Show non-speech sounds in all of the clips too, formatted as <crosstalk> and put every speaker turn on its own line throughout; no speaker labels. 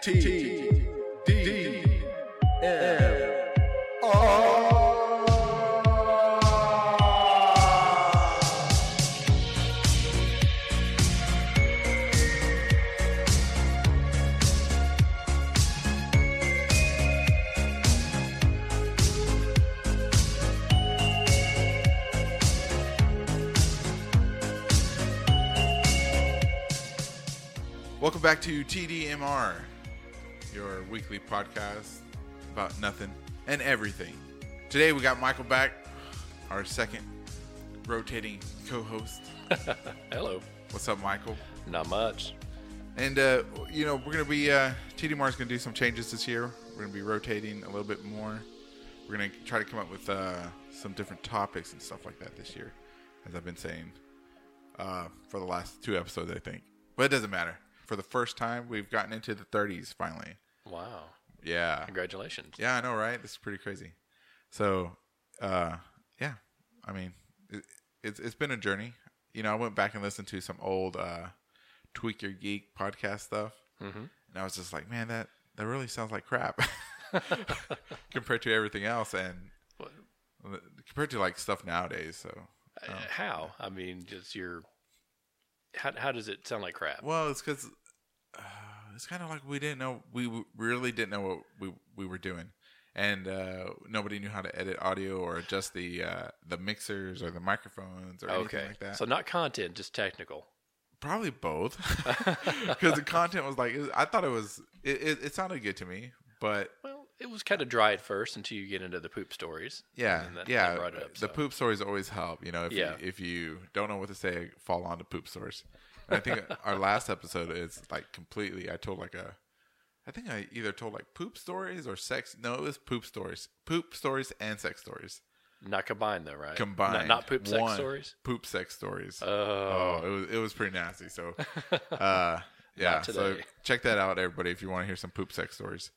T D M R.
Welcome back to TDMR, your weekly podcast about nothing and everything. Today we got Michael back, our second rotating co-host.
Hello.
What's up, Michael?
Not much.
And uh, you know we're gonna be uh, TDMR is gonna do some changes this year. We're gonna be rotating a little bit more. We're gonna try to come up with uh, some different topics and stuff like that this year, as I've been saying uh, for the last two episodes, I think. But it doesn't matter. For the first time, we've gotten into the 30s finally.
Wow.
Yeah.
Congratulations.
Yeah, I know, right? This is pretty crazy. So, uh, yeah, I mean, it, it's it's been a journey. You know, I went back and listened to some old uh, Tweak Your Geek podcast stuff, and I was just like, man, that that really sounds like crap <laughs> compared to everything else, and
What-
compared to like stuff nowadays. So,
uh, How? I mean, just your. How, how does it sound like crap?
well, it's because uh, it's kind of like we didn't know we w- really didn't know what we we were doing. And uh, nobody knew how to edit audio or adjust the uh, the mixers or the microphones or
okay.
anything like that.
So not content,
<laughs>
just technical.
probably both <laughs>
<laughs>
because the content was like i thought it was it, it, it sounded good to me but
Well, it was kind of dry at first until you get into the poop stories.
yeah
And that- that
yeah
brought it up,
the
so.
poop stories always help you know if,
Yeah.
you, if you don't know what to say fall onto poop stories and i
<laughs>
think our last episode is like completely i told like a i think i either told like poop stories or sex no it was poop stories poop stories and sex stories
Not combined though, right?
combined
Not, not poop sex
One,
stories.
poop sex stories
Oh,
Oh, it was it was pretty nasty. So, uh, yeah. So
today.
check that out, everybody, if you want to hear some poop sex stories.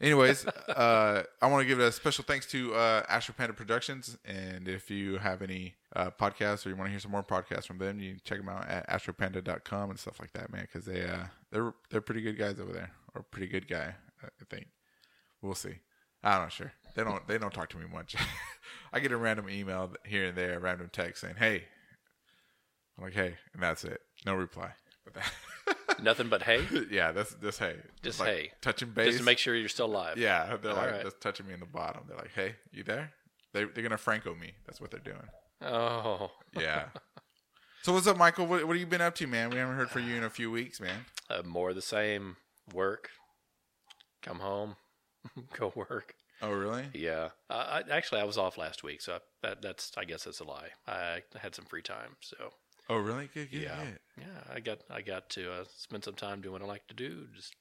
Anyways, uh, I want to give a special thanks to uh, Astro Panda Productions, and if you have any uh, podcasts or you want to hear some more podcasts from them, you can check them out at astropanda.com and stuff like that, man. Because they uh, they're they're pretty good guys over there, or pretty good guy, I think. We'll see. I'm not sure. They don't they don't talk to me much. <laughs> I get a random email here and there, random text saying, "Hey, I'm like, hey, and that's it. No reply. But that, <laughs>
nothing but hey.
yeah, that's just hey,
Just
like
hey.
touching base.
just to make sure you're still alive.
yeah, they're like
right.
just touching me in the bottom. They're like, hey, you there? They they're gonna Franco me. That's what they're doing.
Oh, <laughs>
Yeah. so what's up, Michael? What what have you been up to, man? We haven't heard from you in a few weeks, man.
uh, more of the same. Work. Come home. <laughs> Go work.
Oh, really?
Yeah. Uh, I, actually, I was off last week, so I, that, that's I guess that's a lie. I had some free time, so
Oh, really? Good, good,
yeah,
good.
yeah. I got I got to uh, spend some time doing what I like to do, just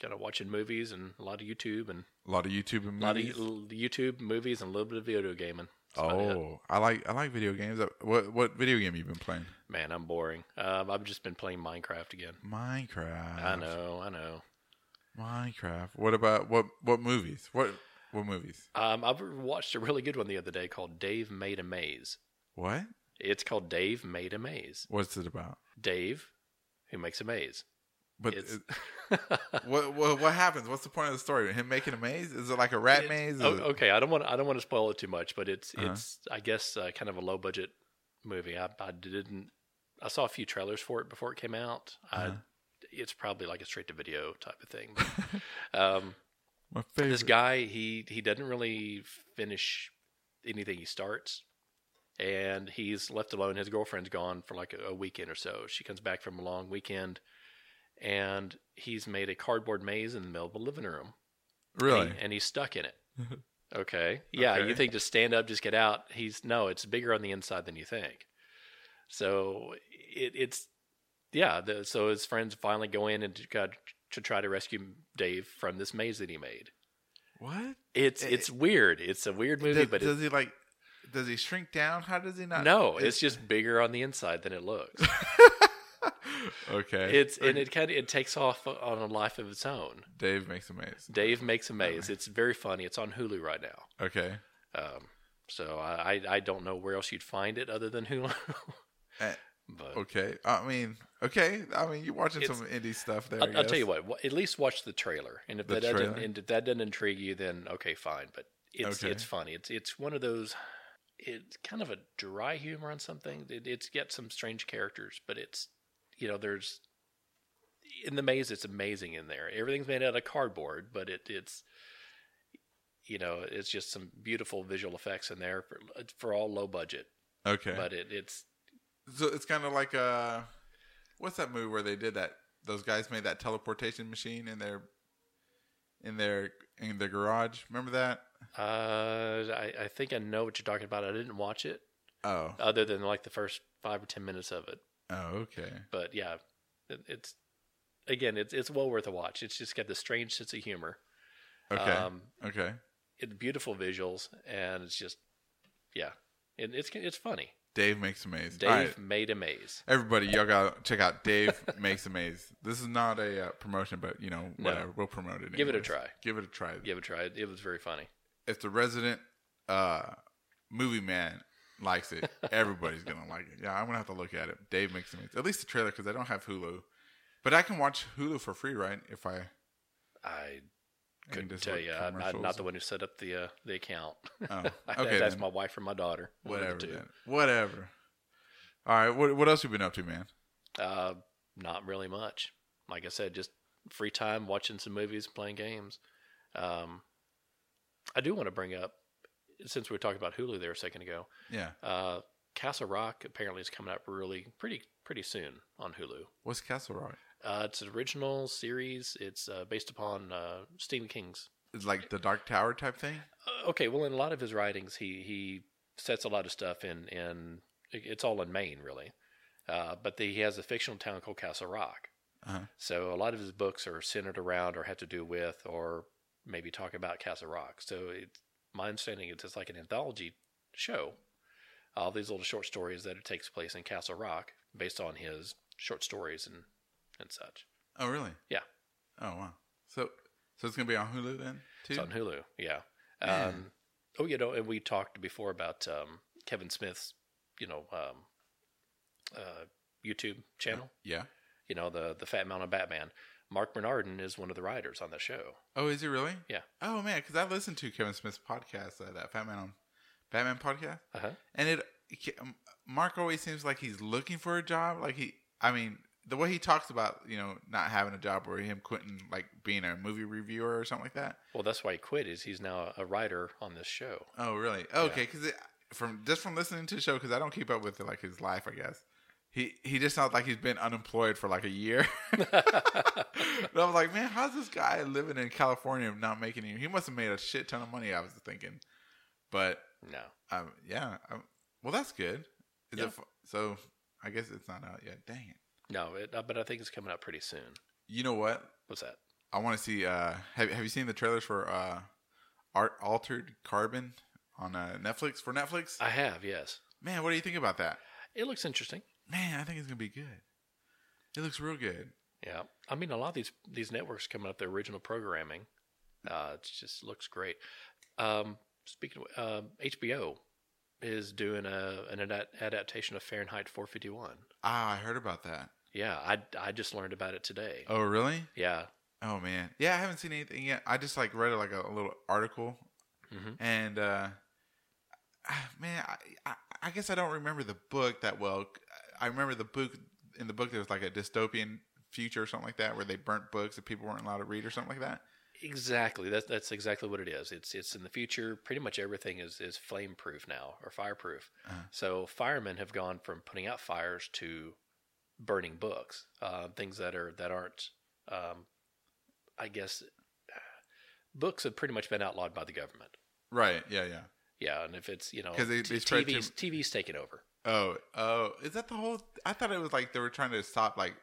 kind of watching movies and a lot of YouTube and
A lot of YouTube and
a lot of
movies.
l- YouTube movies and a little bit of video gaming. That's about it.
oh, I like I like video games. Uh, What what video game you been playing?
man, I'm boring. Um, I've just been playing Minecraft again.
Minecraft.
I know, I know.
Minecraft. What about what what movies? What what movies?
Um, I watched a really good one the other day called Dave Made a Maze.
What?
It's called Dave Made a Maze.
What's it about?
Dave, who makes a maze.
But
It's
it-
<laughs>
what, what what happens? What's the point of the story? Him making a maze? Is it like a rat
It-
maze? Is
o-
it-
oh, okay, I don't want I don't want to spoil it too much, but it's
Uh-huh.
it's I guess uh, kind of a low budget movie. I, I didn't I saw a few trailers for it before it came out.
Uh-huh.
I, it's probably like a straight to video type of thing.
<laughs>
but, um,
My favorite.
this guy he he doesn't really finish anything he starts, and he's left alone. His girlfriend's gone for like a, a weekend or so. She comes back from a long weekend, and he's made a cardboard maze in the middle of a living room.
really?
And, and he's
<laughs>
stuck in it. Okay. Yeah.
Okay.
You think just stand up, just get out. He's no, it's bigger on the inside than you think. So it, it's, yeah. The, so his friends finally go in and to, got- to try to rescue Dave from this maze that he made.
what?
It's,
It-
it's weird. It's a weird movie,
Eh, does,
but it,
does he like? Does he shrink down? How does he not? <laughs>
no,
it-
it's just bigger on the inside than it looks.
okay.
It's, and it kind of, it takes off on a life of its own.
Dave makes a maze.
Dave makes a maze. It's very funny. It's on Hulu right now.
Okay.
Um, so I, I I don't know where else you'd find it other than Hulu.
Eh.
<laughs> But
Okay. I mean, okay. I mean, you're watching
It's-
some indie stuff there. I
I'll, I'll tell
guess.
you what. wa- At least watch the trailer, and if
The
that doesn't,
trailer?
and if that doesn't intrigue you, then okay, fine. But it's
Okay.
it's funny. It's it's one of those. It's kind of a dry humor on something. It, it's got some strange characters, but it's you know there's in the maze. It's amazing in there. Everything's made out of cardboard, but it it's you know it's just some beautiful visual effects in there for for all low budget.
Okay.
But it, it's
so it's kind of like uh, what's that movie where they did that? Those guys made that teleportation machine in their, in their in their garage. Remember that?
uh, I I think I know what you're talking about. I didn't watch it.
Oh.
other than like the first five or ten minutes of it.
Oh. Okay.
But yeah, it, it's again, it's it's well worth a watch. It's just got this strange sense of humor,
Okay.
um,
okay.
it, beautiful visuals, and it's just yeah, and it's it's funny.
Dave makes a maze.
Dave
All right.
made a maze.
Everybody, y'all gotta check out Dave <laughs> makes a maze. This is not a uh, promotion, but you know
No.
whatever. We'll promote it.
Give it a
anyways.
try.
Give it a try.
Give it a try. It, was very funny.
If the resident uh, movie man likes
<laughs>
it, everybody's gonna like it. Yeah, I'm gonna have to look at it. Dave makes a maze. At least the trailer because I don't have Hulu, but I can watch Hulu for free, right? If I
I
I can
couldn't
just
tell
look
you. I'm not,
commercials.
not the one who set up the uh, the account. <laughs>
Oh,
I-
okay,
that's
then.
my wife or my daughter. one of
whatever.
the two.
Then. Whatever. All right. What what else you been up to, man?
Uh, not really much. Like I said, just free time watching some movies, playing games. Um, I do want to bring up, since we were talking about Hulu there a second ago,
Yeah.
uh, Castle Rock apparently is coming up really pretty pretty soon on Hulu.
What's Castle Rock?
Uh, it's an original series. It's uh, based upon uh, Stephen King's.
It's like the Dark Tower type thing.
Uh, okay, well, in a lot of his writings, he he sets a lot of stuff in in it- it's all in Maine really, uh, but the, he has a fictional town called Castle Rock.
Uh-huh.
So a lot of his books are centered around or have to do with or maybe talk about Castle Rock. So it's my understanding it's just like an anthology show. All these little short stories that it takes place in Castle Rock based on his short stories and, and such.
Oh, really?
Yeah.
Oh, wow. So, so it's gonna be on Hulu then too.
It's on Hulu, yeah.
Yeah.
Um, oh, you know, and we talked before about um, Kevin Smith's, you know, um, uh, YouTube channel.
Yeah.
You know, the the Fat Mountain Batman. Mark Bernardin is one of the writers on that show.
Oh, is it really?
Yeah.
Oh man, because I listened to Kevin Smith's podcast, uh, that Fat Man on Batman podcast,
Uh huh.
and it Ke- um, Mark always seems like he's looking for a job. Like he, I mean, the way he talks about you know not having a job or him quitting, like being a movie reviewer or something like that.
Well, that's why he quit. Is he's now a writer on this show?
Oh, really? Okay, because from just from listening to the show, because I don't keep up with like his life, I guess. He, he just sounds like he's been unemployed for like a year. <laughs> and I was like, man, how's this guy living in California and not making any? He must have made a shit ton of money. I was thinking, but
No,
um, yeah, um, well, that's good. Is
Yeah.
it f- so? I guess it's not out yet. Dang it!
no. It, uh, but I think it's coming out pretty soon.
You know what?
What's that?
I want to see. Uh, have Have you seen the trailers for uh, Art Altered Carbon on uh, Netflix for Netflix?
I have. Yes,
man, what do you think about that?
it looks interesting.
Man, I think it's gonna be good. It looks real good.
Yeah, I mean, a lot of these these networks coming up their original programming. Uh, it just looks great. Um, speaking of um HBO, is doing a an ad- adaptation of Fahrenheit 451.
Ah, I heard about that.
Yeah, I I just learned about it today.
Oh, really?
Yeah,
Oh man, yeah. I haven't seen anything yet. I just like read like a, little article,
Mhm.
and uh, ah, man, I, I I guess I don't remember the book that well. I remember the book in the book there was like a dystopian future or something like that where they burnt books that people weren't allowed to read or something like that.
Exactly. That's that's exactly what it is. It's it's in the future. Pretty much everything is is flame proof now or fireproof.
Uh-huh.
So firemen have gone from putting out fires to burning books, uh, things that are that aren't. Um, I guess books have pretty much been outlawed by the government.
Right? Yeah, yeah.
Yeah, and if it's you know
'Cause they-
t-
they tried to-
TV's TV's taken over.
Oh, oh, is that the whole? I thought it was like they were trying to stop like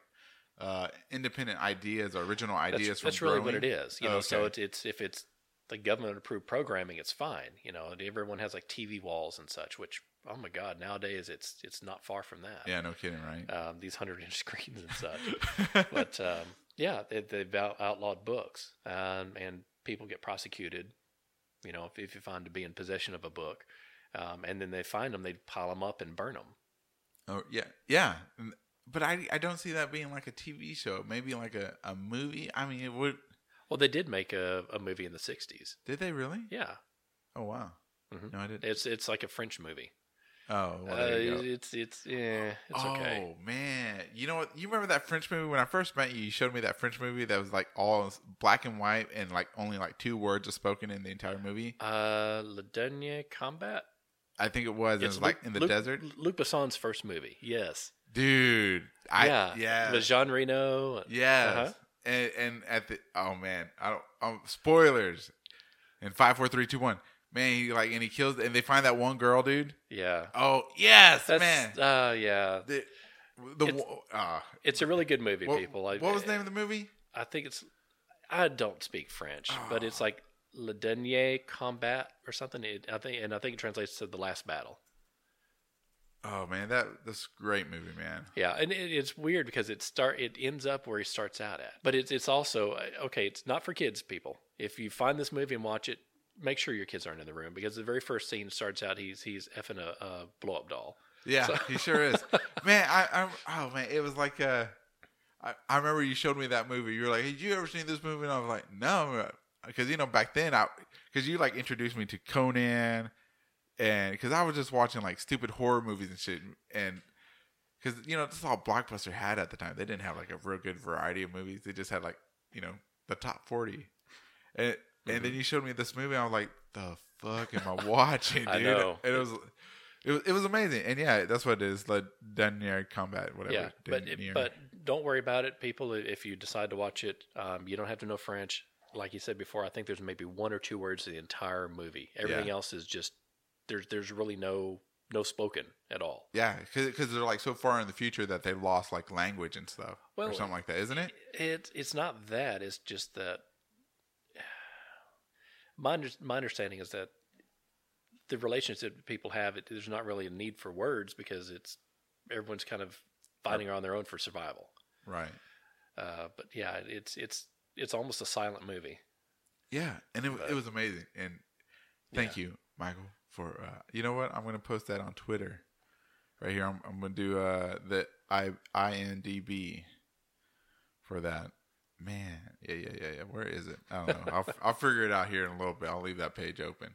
uh independent ideas or original
That's,
ideas from
that's really what
growing.
it is. You know, so
Okay.
it's, it's if it's the government approved programming, it's fine. You know, and everyone has like TV walls and such, which oh my god, nowadays it's it's not far from that.
Yeah, no kidding, right?
Um, these hundred inch <laughs> screens and such.
<laughs>
but um, yeah, they, they've out- outlawed books, um, and people get prosecuted. You know, if, if you find to be in possession of a book, um, and then they find them, they pile them up and burn them.
Oh yeah, yeah. And- But I I don't see that being like a TV show. Maybe like a, a movie. I mean, it would.
Well, they did make a, a movie in the '60s.
Did they really?
Yeah,
Oh wow.
Mhm.
No, I didn't.
it's it's like a French movie.
Oh, well,
uh,
there you go.
it's it's yeah, it's
oh
okay.
man, you know what? You remember that French movie when I first met you? You showed me that French movie that was like all black and white, and like only like two words are spoken in the entire movie.
Uh, Le Dernier Combat.
I think it was. and It was like
Luc-
in the
Luc-
desert,
Luc Besson's first movie. Yes.
dude. I
yeah.
yeah yeah.
With Jean Reno. Uh-huh.
And and at the oh man, I don't um, spoilers. And five, four, three, two, one. Man, he like and he kills and they find that one girl, dude.
Yeah.
Oh yes,
That's
man.
uh yeah.
the the
It's-
wo- ah.
It's a really good movie,
what,
people. eh. I,
what was the name of the movie?
I think it's I don't speak French, but
Ah.
it's like Le Dernier Combat or something. It, I think and I think it translates to The Last Battle.
Oh man, that that's a great movie, man.
Yeah, and it, it's weird because it start it ends up where he starts out at, but it's it's also uh, okay. It's not for kids, people. If you find this movie and watch it, make sure your kids aren't in the room because the very first scene starts out he's he's effing a, a blow up doll.
Yeah, he sure
<laughs>
is. man, I, I oh man, it was like uh, I, I remember you showed me that movie. You were like, "Hey, you ever seen this movie?" And I was like, "No," because you know back then I because you like introduced me to Conan, and because I was just watching like stupid horror movies and shit, and because you know that's all Blockbuster had at the time. They didn't have like a real good variety of movies. They just had like you know the top forty, and and
Mm-hmm.
then you showed me this movie. I was like, "The fuck am I <laughs> watching?" Dude?
I know.
And it was. It was, it was amazing, and yeah, that's what it is. Like Denier Combat, whatever.
yeah, but it-
Denier.
but don't worry about it, people. If you decide to watch it, um, you don't have to know French. Like you said before, I think there's maybe one or two words to the entire movie. Everything
Yeah.
else is just there's there's really no no spoken at all.
Yeah, because they're like so far in the future that they've lost like language and stuff
Well,
or something like that, isn't it?
It it's not that. It's just that my under- my understanding is that the relationship that people have, it, there's not really a need for words because it's everyone's kind of fighting on their own for survival.
Right.
Uh, but yeah, it's it's it's almost a silent movie.
Yeah, and it,
But-
it was amazing. And thank you, Michael, for uh, you know what? I'm gonna post that on Twitter, right here. I'm, I'm gonna do uh, the I INDB for that. Man, yeah, yeah, yeah, yeah. Where is it? I don't know. I'll I'll figure it out here in a little bit. I'll leave that page open.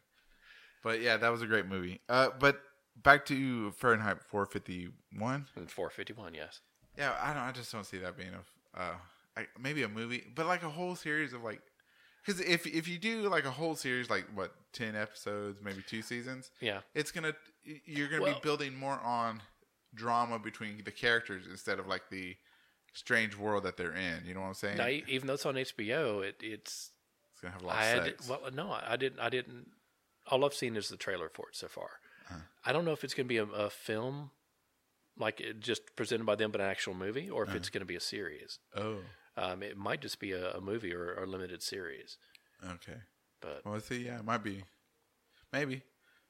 But yeah, that was a great movie. Uh, but back to Fahrenheit 451.
And 451, yes.
Yeah, I don't. I just don't see that being a uh, I, maybe a movie, but like a whole series of like, because if if you do like a whole series, like what ten episodes, maybe two seasons,
Yeah.
it's gonna you're gonna
Well-
be building more on drama between the characters instead of like the strange world that they're in. You know what I'm saying?
Now, e- even though it's on HBO, it, it's
it's gonna have a lot
I
of
had
sex.
well, no, I I didn't. I didn't. All I've seen is the trailer for it so far. I don't know if it's going to be a, a film, like it just presented by them, but an actual movie, or if
Uh-huh.
it's going to be a series.
oh,
Um, it might just be a, a movie or, or a limited series.
okay.
But
Well, let's see. Yeah, it might be. Maybe.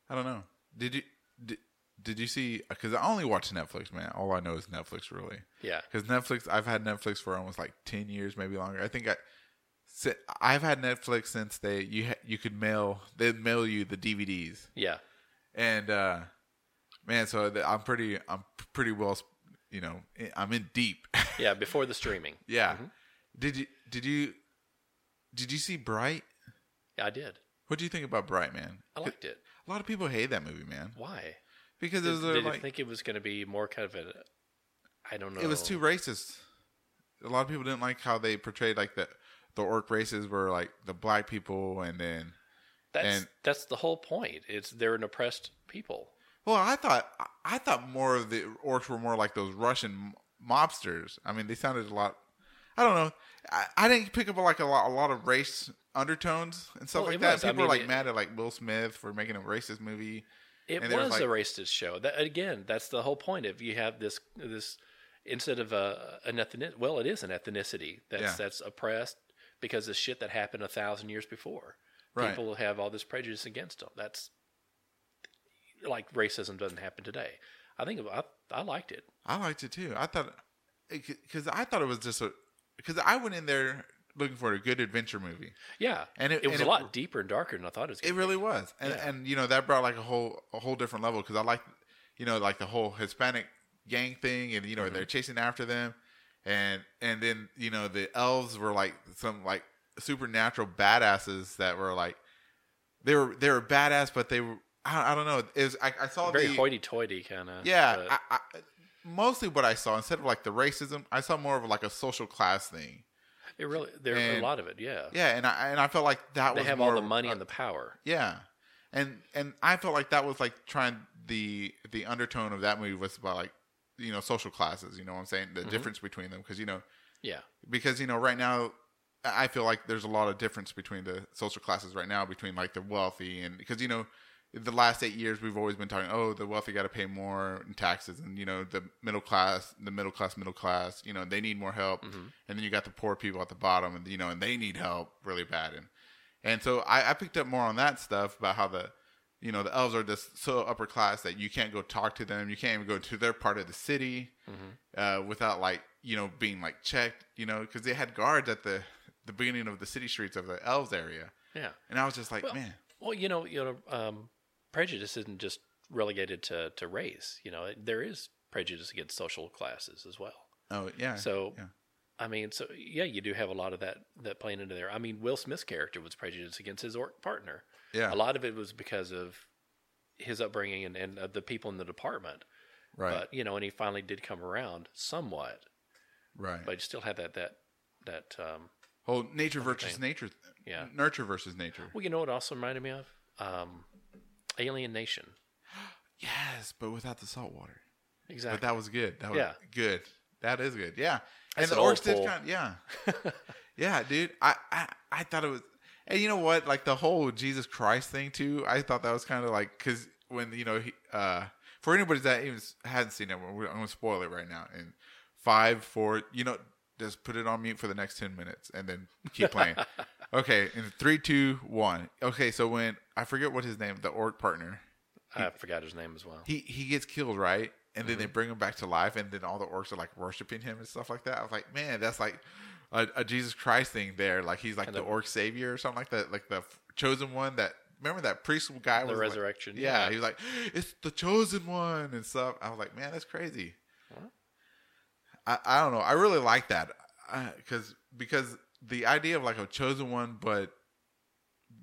I don't know. Did you did, did you see? Because I only watch Netflix, man. All I know is Netflix, really.
yeah,
because Netflix. I've had Netflix for almost like ten years, maybe longer. I think I, si- I've had Netflix since they you ha- you could mail they would mail you the DVDs
yeah,
and uh man, so the, I'm pretty I'm p- pretty well s- you know i- I'm in deep. <laughs>
yeah. Before the streaming,
yeah.
Mm-hmm.
Did you did you did you see Bright?
I did.
What do you think about Bright, man?
I liked it.
A lot of people hate that movie, man,
Why?
because it
Did,
was uh,
did you
like
think it was going to be more kind of a? I don't know.
it was too racist. A lot of people didn't like how they portrayed like the the orc races were like the black people, and then
That's
and-
that's the whole point. It's they're an oppressed people.
well, I thought I- I thought more of the orcs were more like those Russian mobsters. I mean, they sounded a lot. I don't know. I, I didn't pick up like a lot a lot of race undertones and stuff
Well,
like
it
that.
was. I
People were
mean,
like
it-
mad at like Will Smith for making a racist movie.
It
And
was,
there was,
a racist show. That again, that's the whole point. If you have this this instead of a an ethnic, well, it is an ethnicity that's
Yeah.
that's oppressed because of shit that happened a thousand years before.
Right.
People have all this prejudice against them. That's like racism doesn't happen today. I think I, I liked it.
I liked it too. I thought because I thought it was just a because I went in there looking for a good adventure movie.
Yeah,
And it-
it was
and it-
a lot deeper and darker than I thought it was.
It
Gonna
really was, and
Yeah.
and you know that brought like a whole a whole different level because I like, you know, like the whole Hispanic gang thing, and you know
Mm-hmm.
they're chasing after them, and and then you know the elves were like some like supernatural badasses that were like they were they were badass, but they were I, I don't know. It was I, I saw
Very
the,
hoity-toity kind of.
yeah, I, I, mostly what I saw instead of like the racism, I saw more of like a social class thing.
it really there are
and-
a lot of it. Yeah,
Yeah, and I and I felt like that
they
was
have
more,
all the money
uh,
and the power.
yeah, and and I felt like that was like trying the the undertone of that movie was about like you know social classes. You know what I'm saying? The difference between them because you know
Yeah,
because you know right now i feel like there's a lot of difference between the social classes right now between like the wealthy and because you know the last eight years we've always been talking oh the wealthy got to pay more in taxes and you know the middle class the middle class middle class you know they need more help
Mm-hmm.
and then you got the poor people at the bottom and you know and they need help really bad and and so I, I picked up more on that stuff about how the you know the elves are just so upper class that you can't go talk to them you can't even go to their part of the city
Mm-hmm.
uh, without like you know being like checked you know because they had guards at the the beginning of the city streets of the elves area
yeah.
and i was just like
Well-
man
Well, you know, you know, um, prejudice isn't just relegated to to race. You know, there is prejudice against social classes as well.
oh yeah
So,
yeah.
I mean, so yeah, you do have a lot of that that playing into there. I mean, Will Smith's character was prejudiced against his orc partner.
yeah
A lot of it was because of his upbringing and, and of the people in the department.
right
But you know, and he finally did come around somewhat,
right
but you still had that that that. Um,
whole nature versus nature
Yeah.
nurture versus nature
well, you know, what it also reminded me of um, Alien Nation.
yes but without the salt water
Exactly.
but that was good that was
Yeah.
good that is good yeah
That's
and the
an old
orcs did
pool.
kind of, yeah
<laughs>
yeah dude I, I i thought it was and you know what like the whole jesus christ thing too i thought that was kind of like because when you know he uh for anybody that even s- hadn't seen it we're, i'm gonna spoil it right now in five four you know just put it on mute for the next 10 minutes and then keep
<laughs>
playing okay in three two one okay so when i forget what his name the orc partner
I forgot his name as well.
he he gets killed, right? And
Mm-hmm.
then they bring him back to life, and then all the orcs are like worshiping him and stuff like that. I was like, man, that's like a, a Jesus Christ thing there. Like he's like
And
the,
the-
orc savior or something like that, like the f- chosen one. That remember that priest guy
The
was like-
resurrection,
yeah,
yeah.
he was like, it's the chosen one and stuff. I was like, man, that's crazy. I, I don't know. I really like that because because the idea of like a chosen one, but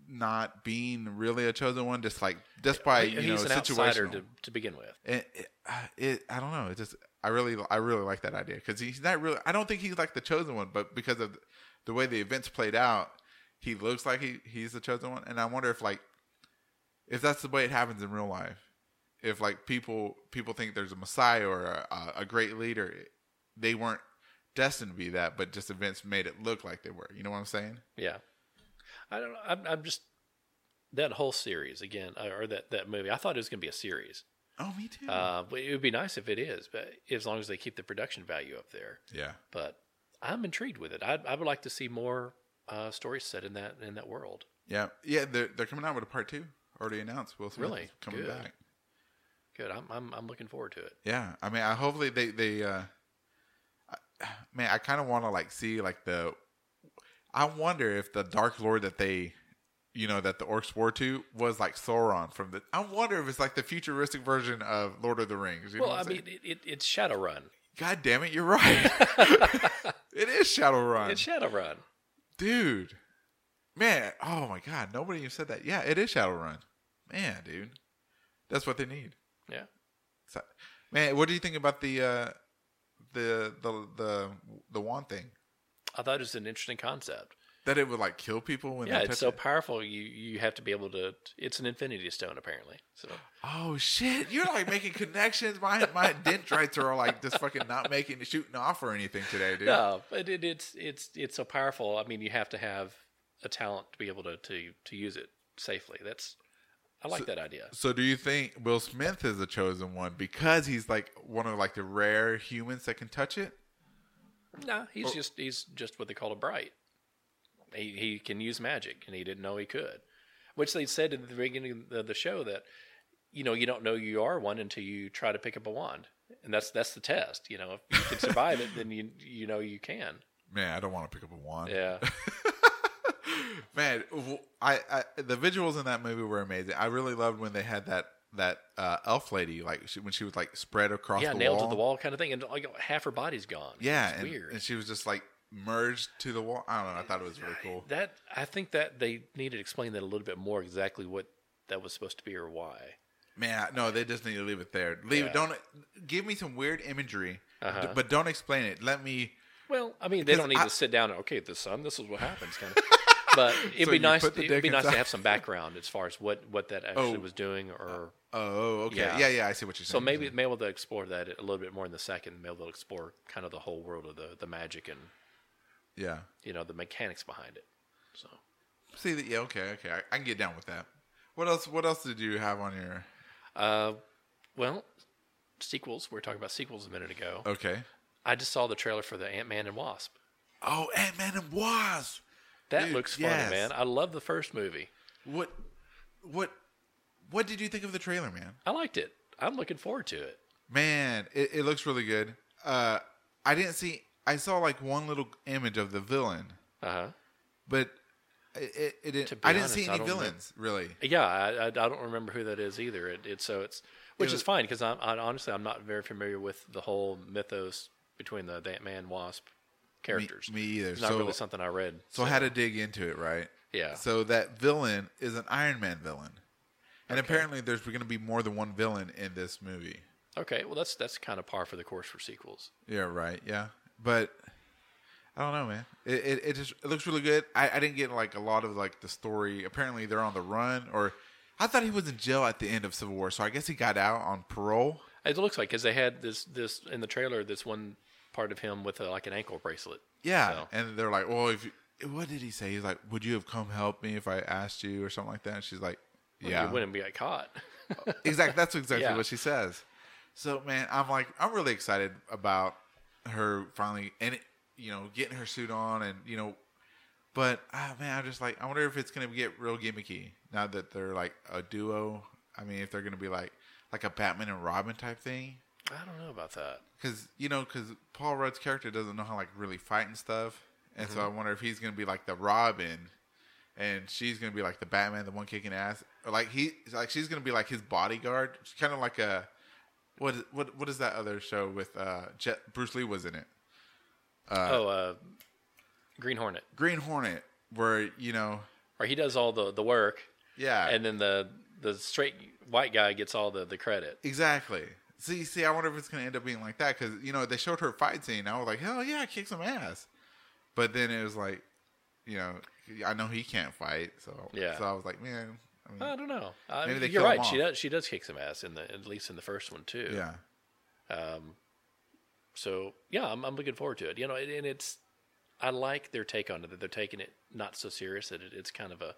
not being really a chosen one, just like just by
He-
you know
he's an outsider
situational
to, to begin with.
it, it, uh, it I don't know. It just I really I really like that idea because he's not really. I don't think he's like the chosen one, but because of the way the events played out, he looks like he he's the chosen one. And I wonder if like if that's the way it happens in real life. If like people people think there's a messiah or a, a great leader, they weren't destined to be that, but just events made it look like they were. You know what I'm saying?
Yeah, I don't. know. I'm, I'm just that whole series again, uh, or that that movie. I thought it was going to be a series.
Oh, me too.
Uh, but it would be nice if it is, but as long as they keep the production value up there.
yeah,
But I'm intrigued with it. I, I would like to see more uh, stories set in that in that world.
yeah, yeah. They're they're coming out with a part two already announced. Will Smith
Really?
is coming
Good.
back.
Good. I'm I'm, I'm looking forward to it.
Yeah, I mean, I hopefully they they uh, I, man, I kind of want to like see like the. I wonder if the Dark Lord that they, you know, that the orcs wore to was like Sauron from the. I wonder if it's like the futuristic version of Lord of the Rings. You know
well,
what
I
I'm
mean,
saying?
it, it, it's Shadowrun.
God damn it, you're
<laughs>
right. <laughs> it is Shadowrun,
It's Shadowrun.
dude. Man, oh my God, nobody even said that. Yeah, it is Shadowrun. Man, dude, that's what they need.
Yeah.
So, man, what do you think about the uh, the the the the wand thing?
I thought it was an interesting concept.
That it would like kill people when
yeah,
they
it's
touch
so
it.
powerful. You you have to be able to. It's an Infinity Stone apparently. So
Oh shit! You're like making connections. My my dendrites are like just fucking not making shooting off or anything today, dude.
no, but it, it's it's it's so powerful. I mean, you have to have a talent to be able to to to use it safely. That's I like that idea.
So do you think Will Smith is the chosen one because he's like one of like the rare humans that can touch it?
No, he's
Oh.
just he's just what they call a bright. He he can use magic, and he didn't know he could. Which they said at the beginning of the show that you know you don't know you are one until you try to pick up a wand, and that's that's the test. You know, if you can survive it, then you you know you can.
Man, I don't want to pick up a wand.
Yeah,
Man, w- I, I- the visuals in that movie were amazing. I really loved when they had that that uh, elf lady, like she, when she was like spread across
yeah,
the
nailed
wall.
to the wall kind of thing, and like half her body's gone.
Yeah,
it's
and,
weird.
and she was just like merged to the wall. I don't know. I thought it was really cool.
That I think that they needed to explain that a little bit more exactly what that was supposed to be or why.
Man, I- no, they just need to leave it there. Leave.
Yeah.
Don't give me some weird imagery,
Uh-huh.
d- but don't explain it. Let me.
Well, I mean, they don't need
I-
to sit down and okay, the sun, this is what happens,
<laughs>
kind of. But
So
it'd be
you
nice.
put the
It'd be
dick
nice to
inside.
have some background as far as what what that actually
Oh.
was doing, or
Oh, okay.
Yeah.
Yeah, yeah. I see what you're saying.
so maybe maybe they'll explore that a little bit more in the second. Maybe they'll explore kind of the whole world of the the magic and
Yeah.
you know the mechanics behind it. So
See that? Yeah. Okay. Okay. I, I can get down with that. What else? What else did you have on your?
Uh, well, sequels. We were talking about sequels a minute ago.
Okay.
I just saw the trailer for the Ant Man and Wasp.
Oh, Ant Man and Wasp.
That
Dude,
looks funny,
yes.
man. I love the first movie.
What? What? What did you think of the trailer, man?
I liked it. I'm looking forward to it.
Man, it, it looks really good. Uh, I didn't see. I saw like one little image of the villain,
Uh
Uh-huh.
huh.
but it, it, it didn't.
To be
I didn't
honest,
see
I
any
don't
villains really.
Yeah, I, I, I don't remember who that is either. It, it so it's which
was-
is fine because I'm I, honestly I'm not very familiar with the whole mythos between the, the Ant Man Wasp
Me,
characters.
me either.
It's not
So,
really something I read.
so I had to dig into it, right?
Yeah.
So that villain is an Iron Man villain, and apparently there's going to be more than one villain in this movie.
Okay, well that's that's kind of par for the course for sequels.
Yeah, right. Yeah, but I don't know, man. It it, it just it looks really good. I, I didn't get like a lot of like the story. Apparently, they're on the run, or I thought he was in jail at the end of Civil War, so I guess he got out on parole.
It looks like because they had this this in the trailer this one part of him with a, like an ankle bracelet.
Yeah,
So-
and they're like, "Well, if you, what did he say? He's like, would you have come help me if I asked you or something like that?" And she's like, "Yeah,
you wouldn't be like caught.
exactly. That's exactly
Yeah.
what she says." So, man, I'm like, I'm really excited about her finally, and you know, getting her suit on, and you know, but ah, man, I'm just like, I wonder if it's gonna get real gimmicky now that they're like a duo. I mean, if they're gonna be like like a Batman and Robin type thing,
I don't know about that.
because you know, because Paul Rudd's character doesn't know how like really fight and stuff, and so I wonder if he's gonna be like the Robin, and she's gonna be like the Batman, the one kicking ass, or like he, like she's gonna be like his bodyguard, kind of like a what is- what what is that other show with uh Jet, Bruce Lee was in it,
oh, uh, Green Hornet,
Green Hornet, where you know,
or he does all the the work,
yeah,
and then the the straight white guy gets all the the credit.
exactly. See, see, I wonder if it's gonna end up being like that because you know they showed her fight scene, I was like, hell yeah, kick some ass, but then it was like, you know, I know he can't fight, so
Yeah.
so I was like, man, I mean,
I don't know. I,
Maybe they
you're
kill
right.
him
She
off.
does. She does kick some ass in the at least in the first one too.
yeah.
So yeah, I'm, I'm looking forward to it. You know, and and it's I like their take on it that they're taking it not so serious that it, it's kind of a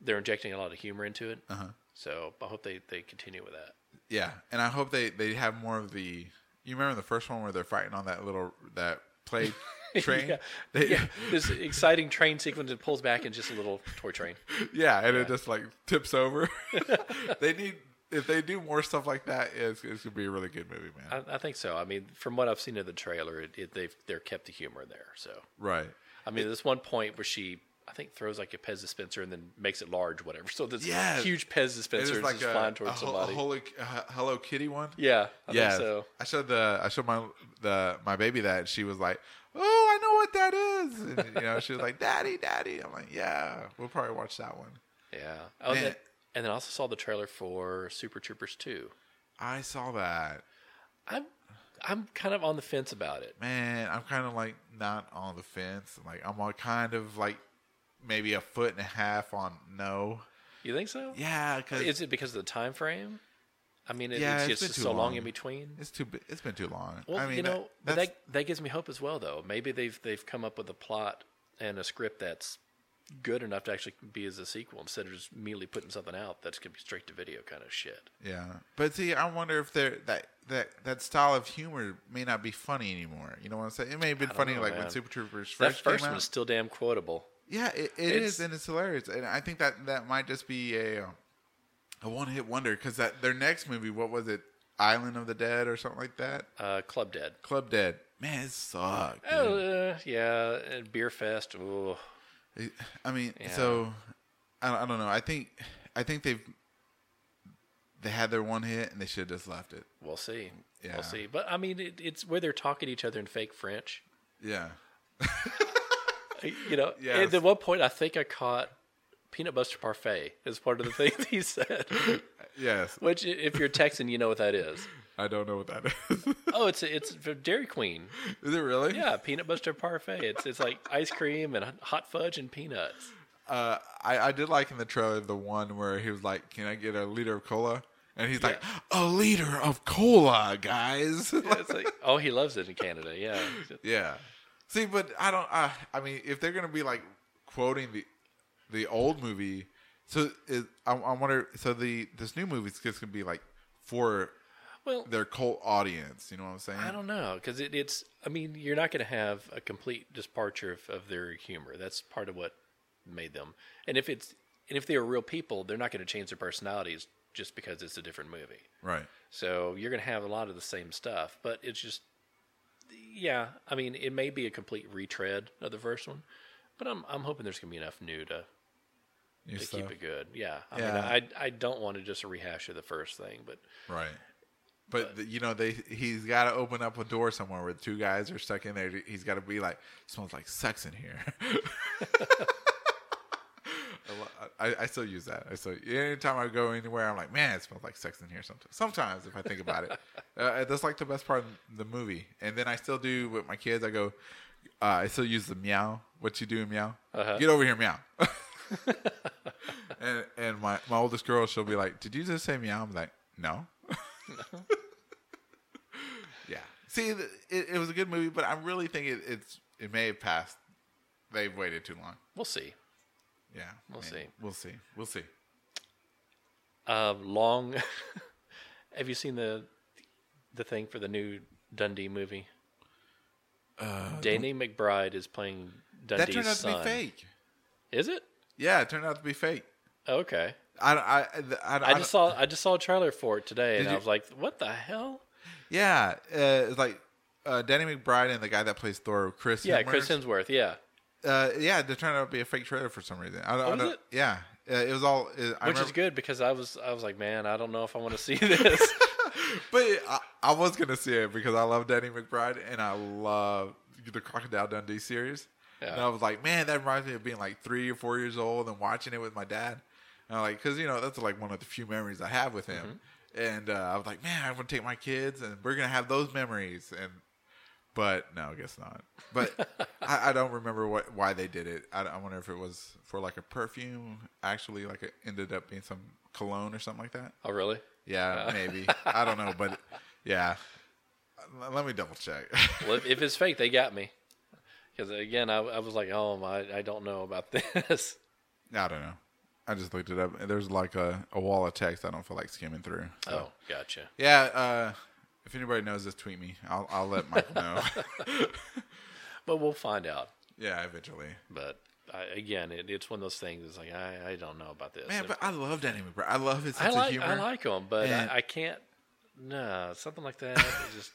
they're injecting a lot of humor into it. Uh-huh. So I hope they they continue with that.
Yeah, and I hope they they have more of the. You remember the first one where they're fighting on that little that play train?
<laughs> Yeah.
They-
Yeah, <laughs> this exciting train sequence that pulls back in just a little toy train.
<laughs> yeah, and it just like tips
<laughs>
over. they need if they do more stuff like that, it's, it's gonna be a really good movie, man.
I, I think so. I mean, from what I've seen of the trailer, it, it, they've they're kept the humor there. So
right.
I mean, there's one point where she. I think throws like a Pez dispenser and then makes it large, whatever. <laughs> So this
Yeah.
huge Pez
It's
dispenser is
like
just
a,
flying
a,
towards
hol- a
somebody.
Hello, a Hello Kitty one.
yeah, I
Yes.
think so.
I showed the I showed my the my baby that and she was like, "Oh, I know what that is." And, you know, she was like, "Daddy, daddy." I'm like, "Yeah, we'll probably watch that one."
Yeah. Oh,
Man.
and, then, and then I also saw the trailer for Super Troopers 2.
I saw that.
I'm I'm kind of on the fence about it.
man, I'm kind of like not on the fence. Like I'm all kind of like maybe a foot and a half on no.
You think so?
Yeah, because
Is it because of the time frame? I mean, it,
Yeah,
it's,
it's been
just
too
so long.
long.
in between.
it's too bi- it's been too long.
Well,
I mean,
you know,
that,
that,
that's,
that gives me hope as well, though. Maybe they've they've come up with a plot and a script that's good enough to actually be as a sequel instead of just merely putting something out that's going to be straight to video kind of shit.
yeah. But see, I wonder if they're that that that style of humor may not be funny anymore. You know what I'm saying? It may have been
don't
funny
know,
like when
man.
Super Troopers
That
first,
first
came
one
out.
is still damn quotable.
Yeah, it, it
It's-
is, and it's hilarious. And I think that that might just be a uh, a one hit wonder because that their next movie, what was it, Island of the Dead or something like that?
Uh, Club Dead.
Club Dead. Man, it sucked. dude.
Uh, yeah, and Beer Fest. Ooh.
I mean, so I, I don't know. I think I think they've they had their one hit and they should have just left it.
We'll see.
Yeah.
We'll see. But I mean, it, it's where they're talking to each other in fake French. Uh,
Yeah.
You know,
<laughs> Yes.
and at one point, I think I caught peanut butter parfait as part of the thing <laughs> that he said.
Yes.
Which, i- if you're Texan, you know what that is.
I don't know what that <laughs> is.
Oh, it's it's from Dairy Queen.
is it really?
Yeah, peanut butter parfait. It's it's like ice cream and hot fudge and peanuts.
Uh, I, I did like in the trailer the one where he was like, "Can I get a liter of cola?" And he's like, "A liter of cola, guys." <laughs>
It's like, oh, he loves it in Canada. Yeah,
yeah. See, but I don't. I, I mean, if they're gonna be like quoting the the old movie, so is, I, I wonder. So the this new movie's just gonna be like for
well,
their cult audience. You know what I'm saying?
I don't know because it, it's. I mean, you're not going to have a complete departure of, of their humor. That's part of what made them. And if it's and if they are real people, they're not going to change their personalities just because it's a different movie.
Right.
So you're going to have a lot of the same stuff, but it's just, yeah. I mean, it may be a complete retread of the first one, but I'm I'm hoping there's going to be enough new to,
New
to
stuff.
keep it good. Yeah. I mean,
Yeah.
I I don't want to just rehash of the first thing, but
Right. But, the- you know they he's got to open up a door somewhere where two guys are stuck in there. He's got to be like smells like sex in here. <laughs> I lo- I, I still use that. I still anytime I go anywhere, I'm like, man, it smells like sex in here. Sometimes, sometimes if I think about it, <laughs> uh, that's like the best part of the movie. And then I still do with my kids. I go, uh, I still use the meow. What you doing, meow? Get over here, meow. <laughs> and and my my oldest girl, she'll be like, did you just say meow? I'm like, no. Yeah. See, th- it, it was a good movie, but I really think it, it's it may have passed. They've waited too long.
we'll see.
Yeah.
We'll see.
We'll see. We'll see.
Uh, long. <laughs> have you seen the the thing for the new Dundee movie? Uh, Danny McBride is playing Dundee's
that turned out
son.
to be fake.
Is it?
Yeah, it turned out to be fake.
Okay.
I don't- I I, don't- I,
I,
don't-
just saw I just saw a trailer for it today, and
you-
I was like, "What the hell?"
yeah. Uh, it's like uh, Danny McBride and the guy that plays Thor, Chris.
Yeah,
Hemsworth.
Chris Hemsworth. Yeah,
Uh, yeah, it turned out to be a fake trailer for some reason. I, don't- I
was
don't-
Oh, it?
Yeah, uh, it was all. Uh, I
which
remember,
is good because I was I was like, "Man, I don't know if I want to see <laughs> this."
But I, I was gonna see it because I love Danny McBride and I love the Crocodile Dundee series.
Yeah.
And I was like, man, that reminds me of being like three or four years old and watching it with my dad. And I like, cause you know that's like one of the few memories I have with him. And uh, I was like, man, I'm gonna take my kids and we're gonna have those memories. And but no, I guess not. But I, I don't remember what why they did it. I, I wonder if it was for like a perfume, actually, like it ended up being some cologne or something like that.
oh, really?
Yeah,
<laughs>
maybe. I don't know, but yeah. L- Let me double check. <laughs>
Well, if, if it's fake, they got me. Because again, I, I was like, "Oh, I, I don't know about <laughs> this."
I don't know. I just looked it up. There's like a, a wall of text I don't feel like skimming through. So.
Oh, gotcha.
Yeah, uh, if anybody knows this, tweet me. I'll, I'll let Michael
<laughs>
know. <laughs>
But we'll find out.
yeah, eventually.
But I, again, it, it's one of those things. It's like I, I don't know about this.
Man,
And
but I love Danny McBride. I love his
I
sense of
like
humor.
I like him, but
And-
I, I can't. No, something like that. It
<laughs>
just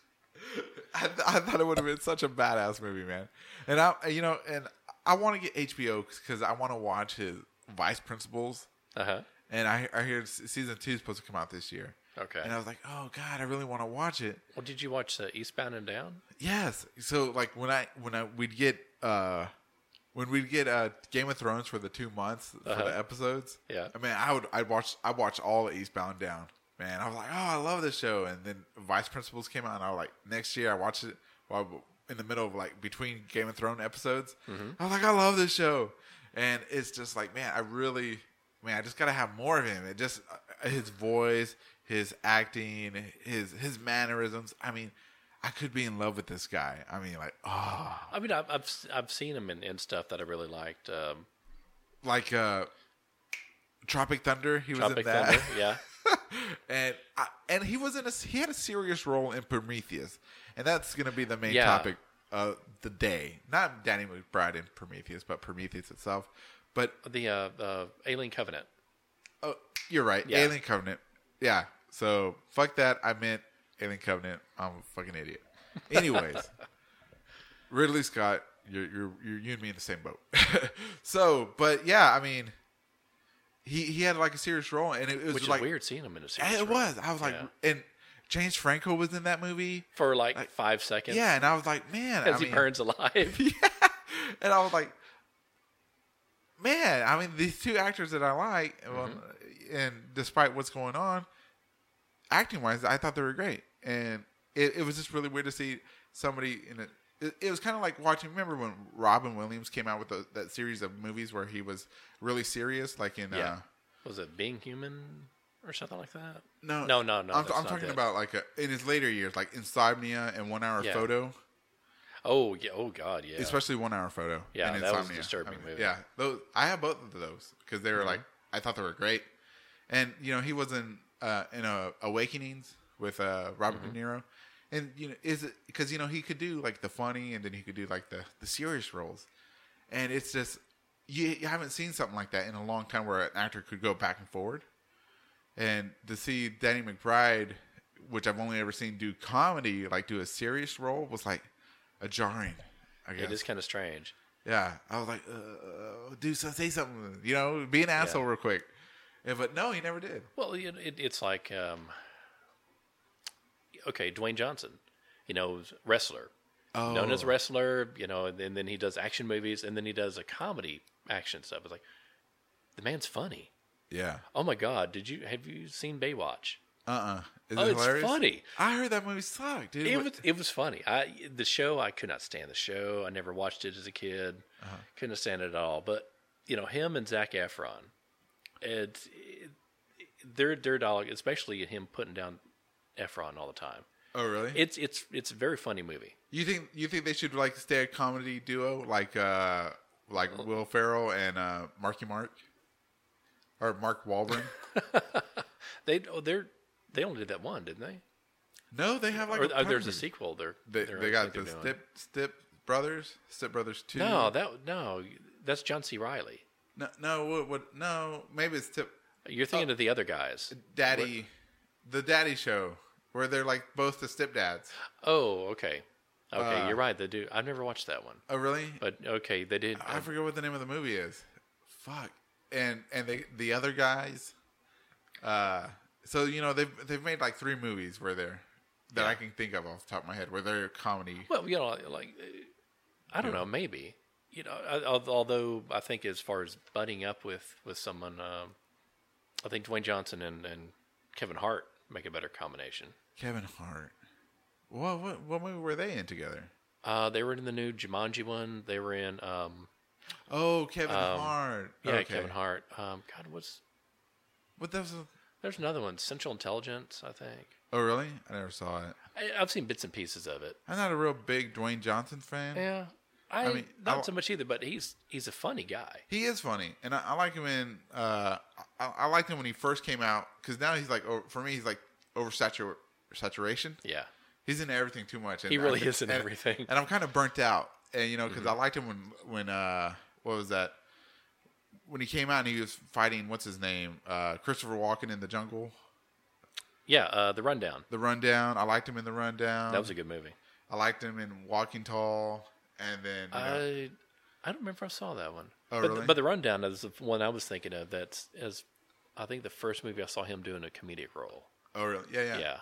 I, th- I thought it would have been such a badass movie, man. And I, you know, and I want to get HBO because I want to watch his Vice Principals.
uh huh.
And I, I hear s- season two is supposed to come out this year.
Okay.
And I was like, oh god, I really want to watch it.
Well, did you watch uh, Eastbound and Down?
Yes. So like when I when I we'd get uh when we'd get uh Game of Thrones for the two months for the episodes.
Yeah.
I mean, I would I'd watch I watched all of Eastbound and Down. Man, I was like, oh, I love this show. And then Vice Principals came out, and I was like, next year I watched it while in the middle of like between Game of Thrones episodes. I was like, I love this show. And it's just like, man, I really, man, I just gotta have more of him. It just uh, his voice, his acting, his his mannerisms. I mean, I could be in love with this guy. I mean, like, oh,
I mean, I've I've, s- I've seen him in, in stuff that I really liked. Um,
like uh, Tropic Thunder. He was
Tropic
in that.
Thunder, yeah.
<laughs> and I, and he was in a he had a serious role in Prometheus, and that's going to be the main
Yeah.
topic of the day. Not Danny McBride in Prometheus, but Prometheus itself. But
The uh, uh, Alien Covenant.
oh, you're right,
Yeah.
Alien Covenant. Yeah. So fuck that. I meant Alien Covenant. I'm a fucking idiot.
<laughs>
Anyways, Ridley Scott, <laughs> you're you're, you're you and me in the same boat. so, but yeah, I mean, he he had like a serious role, and it, it was
which is
like
weird seeing him in a series.
and It
right?
was. I was like,
Yeah.
and James Franco was in that movie.
for like,
Like-
five seconds.
Yeah, and I was like, man,
<laughs> as
I
he
mean,
burns alive.
<laughs> yeah. and I was like, man, I mean, these two actors that I like, well,
Mm-hmm.
and despite what's going on, acting wise, I thought they were great, and it, it was just really weird to see somebody in it. It, it was kind of like watching. Remember when Robin Williams came out with the, that series of movies where he was really serious, like in
Yeah.
uh,
was it being human or something like that?
no,
No, no, no.
I'm,
that's
I'm
not
talking
it.
about like a, in his later years, like Insomnia and One Hour
Yeah.
Photo.
Oh yeah. Oh god. Yeah.
especially one hour photo.
Yeah,
and
that was a
Insomnia.
disturbing movie. Mm-hmm.
Yeah, those I have both of those because they were like I thought they were great, and you know he was in uh, in uh, Awakenings with uh, Robert
Mm-hmm.
De Niro, and you know is it because you know he could do like the funny and then he could do like the the serious roles, and it's just you, you haven't seen something like that in a long time where an actor could go back and forward, and to see Danny McBride. Which I've only ever seen do comedy, like do a serious role, was like a jarring. I guess
It is kind of strange.
yeah, I was like, uh, do so, say something, you know, be an asshole real quick. Yeah, but no, he never did.
Well, it, it, it's like um, okay, Dwayne Johnson, you know, wrestler,
Oh,
known as wrestler, you know, and, then he does action movies, and then he does a comedy action stuff. It's like the man's funny.
yeah.
Oh my god, did you have you seen Baywatch?
Uh, uh Is
oh,
it
it's
hilarious?
funny.
I heard that movie sucked, dude.
It
What-
was it was funny. I the show I could not stand the show. I never watched it as a kid.
Uh-huh.
Couldn't stand it at all. But you know him and Zach Efron, it's it, their their dialogue, especially him putting down Efron all the time.
oh, really?
It's it's it's a very funny movie.
you think you think they should like stay a comedy duo like uh like Will Ferrell and uh Marky Mark or Mark
<laughs>
Wahlberg?
They oh, they're they only did that one, didn't they?
no, they have like
or
a
uh, there's
partner.
a sequel. They're
They,
they're-
they
I
got the
think they're doing.
Stip Stip Brothers, Stip Brothers Two.
No, that no, that's John C. Riley.
no, no, what, what, no, maybe it's Stip.
You're thinking
Oh.
of the other guys.
Uh, daddy the daddy show where they're like both the stepdads
Oh, okay,
uh,
okay, you're right. They do. I've never watched that one,
oh really
but okay, they did. uh,
i forget what the name of the movie is fuck and and they the other guys uh so you know they've they've made like three movies where they're that i can think of off the top of my head where they're comedy
Well, you know, like uh, I don't know, maybe you know. I, al- although I think as far as butting up with with someone, um, I think Dwayne Johnson and, and Kevin Hart make a better combination.
kevin hart what, what what movie were they in together
Uh, they were in the new Jumanji one. They were in um,
oh kevin hart
yeah,
okay
Kevin Hart. Um, God, what's
what that was a-
there's another one, Central Intelligence, I think.
oh really i never saw it
I, I've seen bits and pieces of it.
i'm not a real big dwayne johnson fan
Yeah, I,
I mean,
not
I'll-
so much either, but he's he's a funny guy.
He is funny, and I, I like him in. Uh, I, I liked him when he first came out because now he's like, oh, for me, he's like oversatur saturation.
Yeah,
He's in everything too much. And
He really
I-
is in
and-
everything. Mm-hmm.
and I'm kind of burnt out. And you know, because I liked him when when uh, what was that? When he came out and he was fighting what's his name, uh, Christopher Walken in the jungle,
yeah. Uh, the Rundown.
the Rundown. I liked him in the Rundown.
That was a good movie.
I liked him in Walking Tall, and then uh, you know,
I I don't remember I saw that one.
Oh,
but,
really?
but the rundown is the one I was thinking of. That's as I think the first movie I saw him doing a comedic role.
oh really? Yeah, yeah,
Yeah,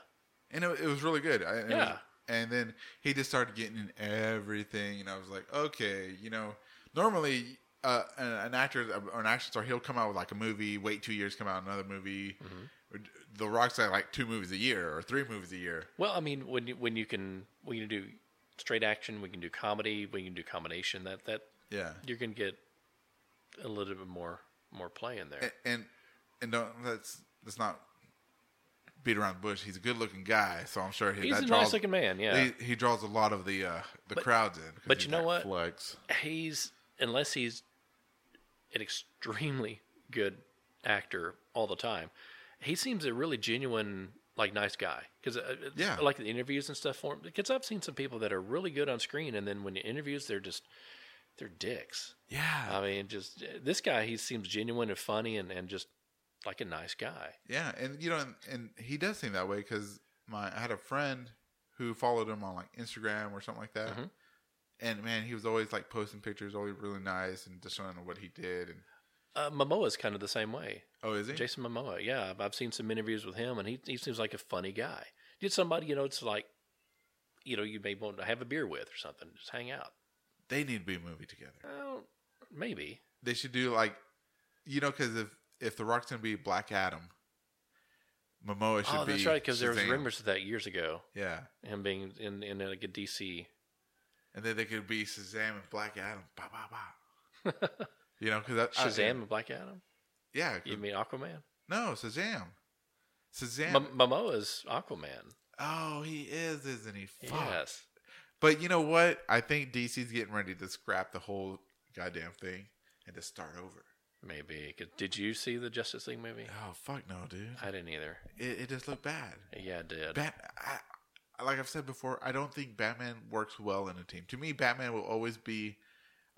and it, it was really good. I, it
Yeah.
was- and then he just started getting in everything, and I was like, okay, you know, normally uh, an, an actor or an action star, he'll come out with like a movie, wait two years, come out with another movie.
Mm-hmm.
The Rock's at like two movies a year or three movies a year.
Well, I mean, when you, when you can when you do straight action, we can do comedy, we can do combination. That that
Yeah,
you're gonna get a little bit more more play in there.
and and, and don't let's let's not beat around the bush. He's a good-looking guy, so I'm sure he,
He's
that
a
draws,
nice-looking man, yeah.
he, he draws a lot of the uh, the crowds in. 'cause
but
he's
you know
like
what?
Flex.
he's unless he's an extremely good actor all the time, he seems a really genuine, like nice guy. Because uh, uh,
Yeah.
like the interviews and stuff for him. Because I've seen some people that are really good on screen, and then when the interviews, they're just they're dicks.
Yeah,
I mean, just uh, this guy, he seems genuine and funny, and and just like a nice guy.
Yeah, and you know, and, and he does seem that way because my I had a friend who followed him on like Instagram or something like that,
Mhm.
and man, he was always like posting pictures, always really nice, and just showing what he did, and
Uh, Momoa's kind of the same way.
Oh, is he?
Jason Momoa, yeah, I've- I've seen some interviews with him, and he he seems like a funny guy. Did somebody you know? It's like, you know, you may want to have a beer with or something, just hang out.
They need to be a movie together.
Well, maybe.
They should do like, you know, because if if The Rock's gonna be Black Adam, Momoa should
Oh,
be.
that's right, because there was
Shazam.
rumors of that years ago,
Yeah,
him being in in like a DC.
and then they could be Shazam and Black Adam. Bah bah bah.
<laughs>
you know, because
Shazam and Black Adam.
yeah. 'cause-
You mean Aquaman?
No, Shazam. Shazam.
M- Momoa's Aquaman.
oh, he is, isn't he? Fuck.
Yes.
But you know what? I think DC's getting ready to scrap the whole goddamn thing and to start over.
Maybe. 'Cause Did you see the Justice League
<sighs>
movie?
Oh fuck no, dude!
I didn't either.
It, it just looked bad.
Yeah, I did.
Bat, I, I- like I've said before, I don't think Batman works well in a team. To me, Batman will always be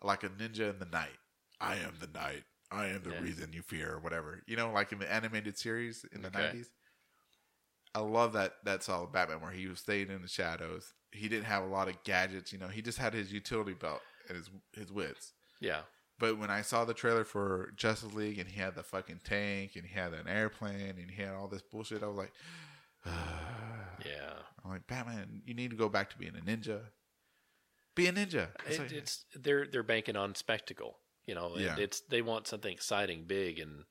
like a ninja in the night. I am the night. I am the
Yeah.
reason you fear, or whatever. You know, like in the animated series in the
Okay.
nineties. I love that that solid Batman where he was stayed in the shadows. He didn't have a lot of gadgets. You know, he just had his utility belt and his his wits.
yeah.
But when I saw the trailer for Justice League and he had the fucking tank and he had an airplane and he had all this bullshit, I was like, <sighs>
Yeah.
I'm like, Batman, you need to go back to being a ninja. Be a ninja. It's
It,
like-
it's they're they're banking on spectacle. You know, and
Yeah.
it's they want something exciting, big, and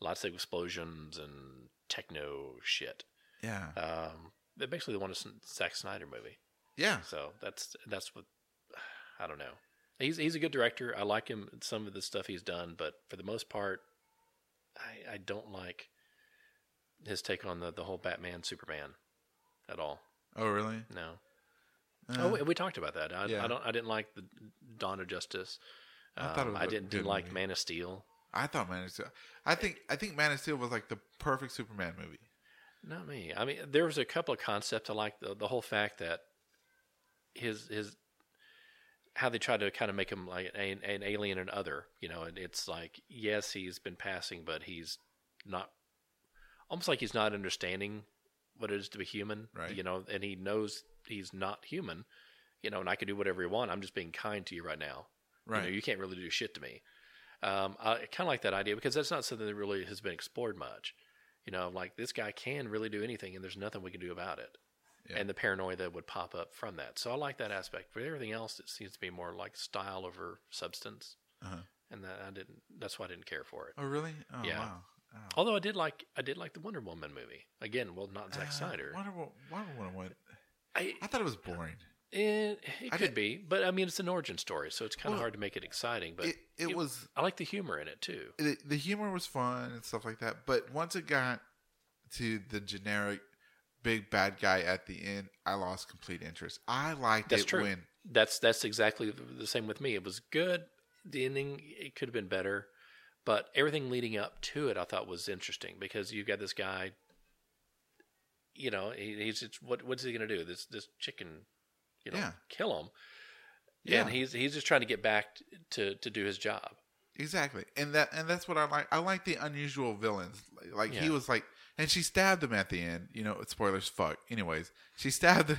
lots of explosions and techno shit.
yeah.
Um, they basically they want a S- Zack Snyder movie.
Yeah.
So that's that's what <sighs> I don't know. He's he's a good director. I like him in some of the stuff he's done, but for the most part, I I don't like his take on the the whole Batman Superman at all.
Oh, really?
No.
Uh,
Oh, we, we talked about that. I,
yeah.
I don't. I didn't like the Dawn of Justice. Um,
I
I,
thought it was a
didn't,
good
didn't like
movie.
Man of Steel.
I thought Man of Steel. I think I think Man of Steel was like the perfect Superman movie.
Not me. I mean, there was a couple of concepts I liked. The, the whole fact that his his how they tried to kind of make him like an, an alien and other. You know, and it's like yes, he's been passing, but he's not. Almost like he's not understanding what it is to be human.
Right.
You know, and he knows he's not human. You know, and I can do whatever you want. I'm just being kind to you right now. You, know, you can't really do shit to me. Um, I kind of like that idea because that's not something that really has been explored much. You know, like this guy can really do anything, and there's nothing we can do about it.
Yeah.
And the paranoia that would pop up from that. So I like that aspect. But everything else, it seems to be more like style over substance,
Uh-huh.
and that I didn't. That's why I didn't care for it.
Oh, really? Oh,
Yeah.
wow. Oh.
Although I did like, I did like the Wonder Woman movie. Again, well, not Zack
Uh,
Snyder.
Wonder Woman. Wonder Woman. went-
I,
I thought it was boring.
it, it
I
could
did-
be, but I mean, it's an origin story, so it's kind of
Well,
hard to make it exciting. But
it, it was
I like the humor in it too.
the, the humor was fun and stuff like that. But once it got to the generic big bad guy at the end, I lost complete interest. I liked
That's
it
true.
when
That's that's exactly the- the same with me. It was good. The ending it could have been better, but everything leading up to it I thought was interesting because you got this guy. You know, he, he's it's, what what's he gonna do? This this chicken, you know,
Yeah.
kill him.
Yeah.
And he's he's just trying to get back to to do his job.
Exactly, and that and that's what I like. I like the unusual villains. Like he
Yeah.
was like, and she stabbed him at the end. You know, spoilers. Fuck. Anyways, she stabbed, him,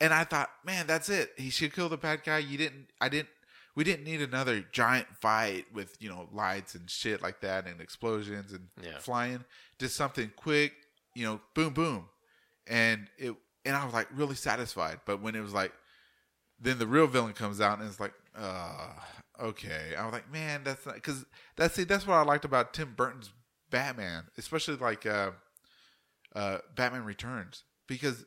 and I thought, man, that's it. He should kill the bad guy. You didn't. I didn't. We didn't need another giant fight with you know lights and shit like that and explosions and
Yeah.
flying. Just something quick. You know, boom, boom, and it. And I was like really satisfied. But when it was like, then the real villain comes out and it's like, uh, okay. I was like, man, that's not because that's see, that's what I liked about Tim Burton's Batman, especially like uh, uh, Batman Returns, because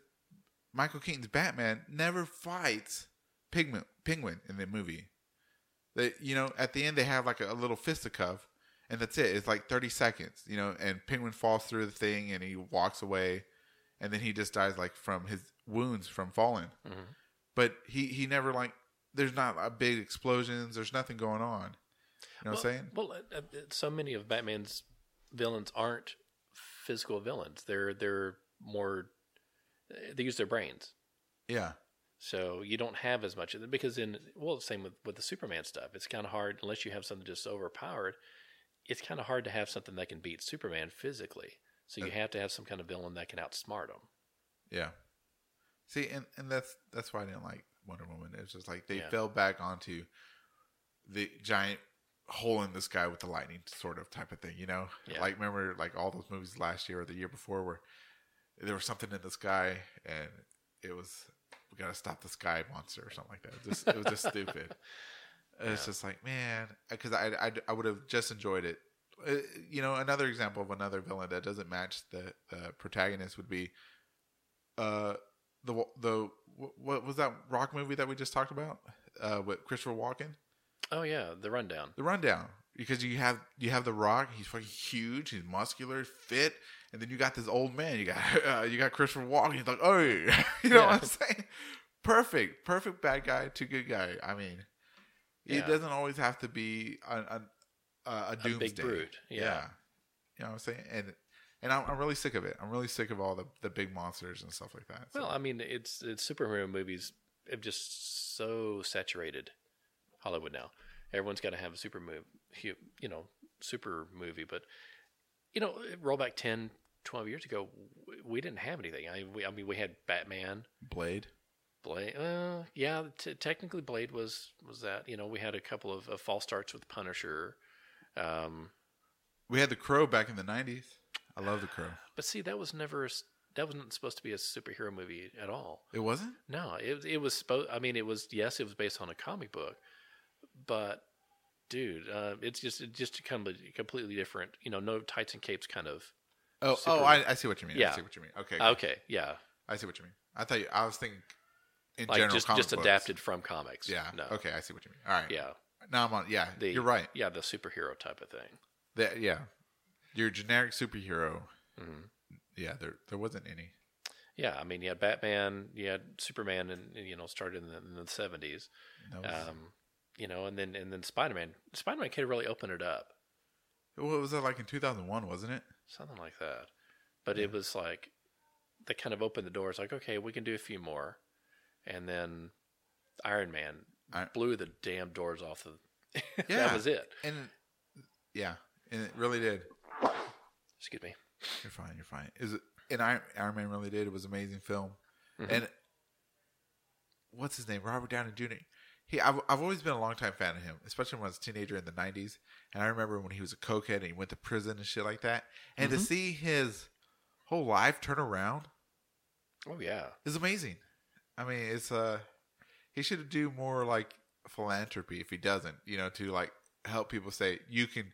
Michael Keaton's Batman never fights Pigman, Penguin in the movie. They, you know, at the end they have like a, a little fisticuff, and that's it. It's like thirty seconds, you know, and Penguin falls through the thing and he walks away, and then he just dies like from his wounds from falling
Mhm.
but he he never like there's not a big explosions there's nothing going on you know what i'm saying
Well, uh, uh, so many of Batman's villains aren't physical villains. They're they're more they use their brains.
yeah
So you don't have as much of it because in well, same with with the Superman stuff. It's kind of hard unless you have something just overpowered. It's kind of hard to have something that can beat Superman physically. So you
Uh,
have to have some kind of villain that can outsmart him.
yeah see and and that's that's why i didn't like wonder woman it's just like they
Yeah.
fell back onto the giant hole in this guy with the lightning sort of type of thing, you know?
Yeah.
Like remember like all those movies last year or the year before where there was something in this guy and it was we gotta stop this guy monster or something like that. It was just, it was
<laughs>
just stupid. And It's
Yeah.
just like man, because I I, I would have just enjoyed it. Uh, you know, another example of another villain that doesn't match the uh, protagonist would be, uh, the the wh- what was that rock movie that we just talked about uh with Christopher Walken?
Oh yeah, the rundown.
the rundown because you have you have the Rock. He's fucking huge. He's muscular, fit, and then you got this old man. You got <laughs> uh, you got Christopher Walken. He's like, oh, <laughs> you know
Yeah.
what I'm saying? Perfect, perfect bad guy to good guy. I mean,
Yeah.
it doesn't always have to be a a, a, a
big
doomsday.
brute, yeah.
you know what I'm saying? And and I'm, I'm really sick of it. I'm really sick of all the the big monsters and stuff like that. So,
Well, I mean, it's it's superhero movies have just so saturated Hollywood now. Everyone's got to have a super move, hu- you know, super movie. But you know, roll back 10, 12 years ago, w- we didn't have anything. I, we, I mean, we had Batman,
Blade.
Blade. Uh, yeah, t- technically, Blade was was that. You know, we had a couple of, of false starts with Punisher. Um,
We had the Crow back in the '90s. I love the Crow.
but see, that was never a s- that wasn't supposed to be a superhero movie at all.
It wasn't.
No, it it was supposed. I mean, it was yes, it was based on a comic book, but dude, uh, it's just it's just kind of a completely different. You know, no tights and capes kind of.
Oh,
Super-
oh, I, I see what you mean. I
Yeah. Uh,
see what you mean. Okay,
Okay, yeah,
I see what you mean. I thought you, I was thinking in
like
general
just
comic
just
books.
adapted from comics.
Yeah.
no,
Okay, I see what you mean. All right.
yeah,
Now I'm on. Yeah,
the
you're right.
Yeah, the superhero type of thing.
That- yeah, your generic superhero.
hmm
Yeah, there there wasn't any.
Yeah, I mean, you had Batman, you had Superman, and you know, started in the, in the seventies.
No.
Um, you know, and then and then Spider Man. Spider Man could really open it up.
what was that like in 2001? Wasn't it?
something like that. But it was like they kind of opened the doors, like okay, we can do a few more, and then Iron Man
I-
blew the damn doors off the. <laughs>
Yeah.
that was it.
And yeah, and it really did.
Excuse me.
You're fine. You're fine. Is it? And Iron, Iron Man really did. It was an amazing film.
Mhm.
And what's his name? Robert Downey Jr. He, I've, I've always been a longtime fan of him, especially when I was a teenager in the '90s. And I remember when he was a cokehead and he went to prison and shit like that. And to
Mhm.
see his whole life turn around
Oh yeah,
is amazing. I mean, it's uh, he should do more like philanthropy if he doesn't, you know, to like help people say you can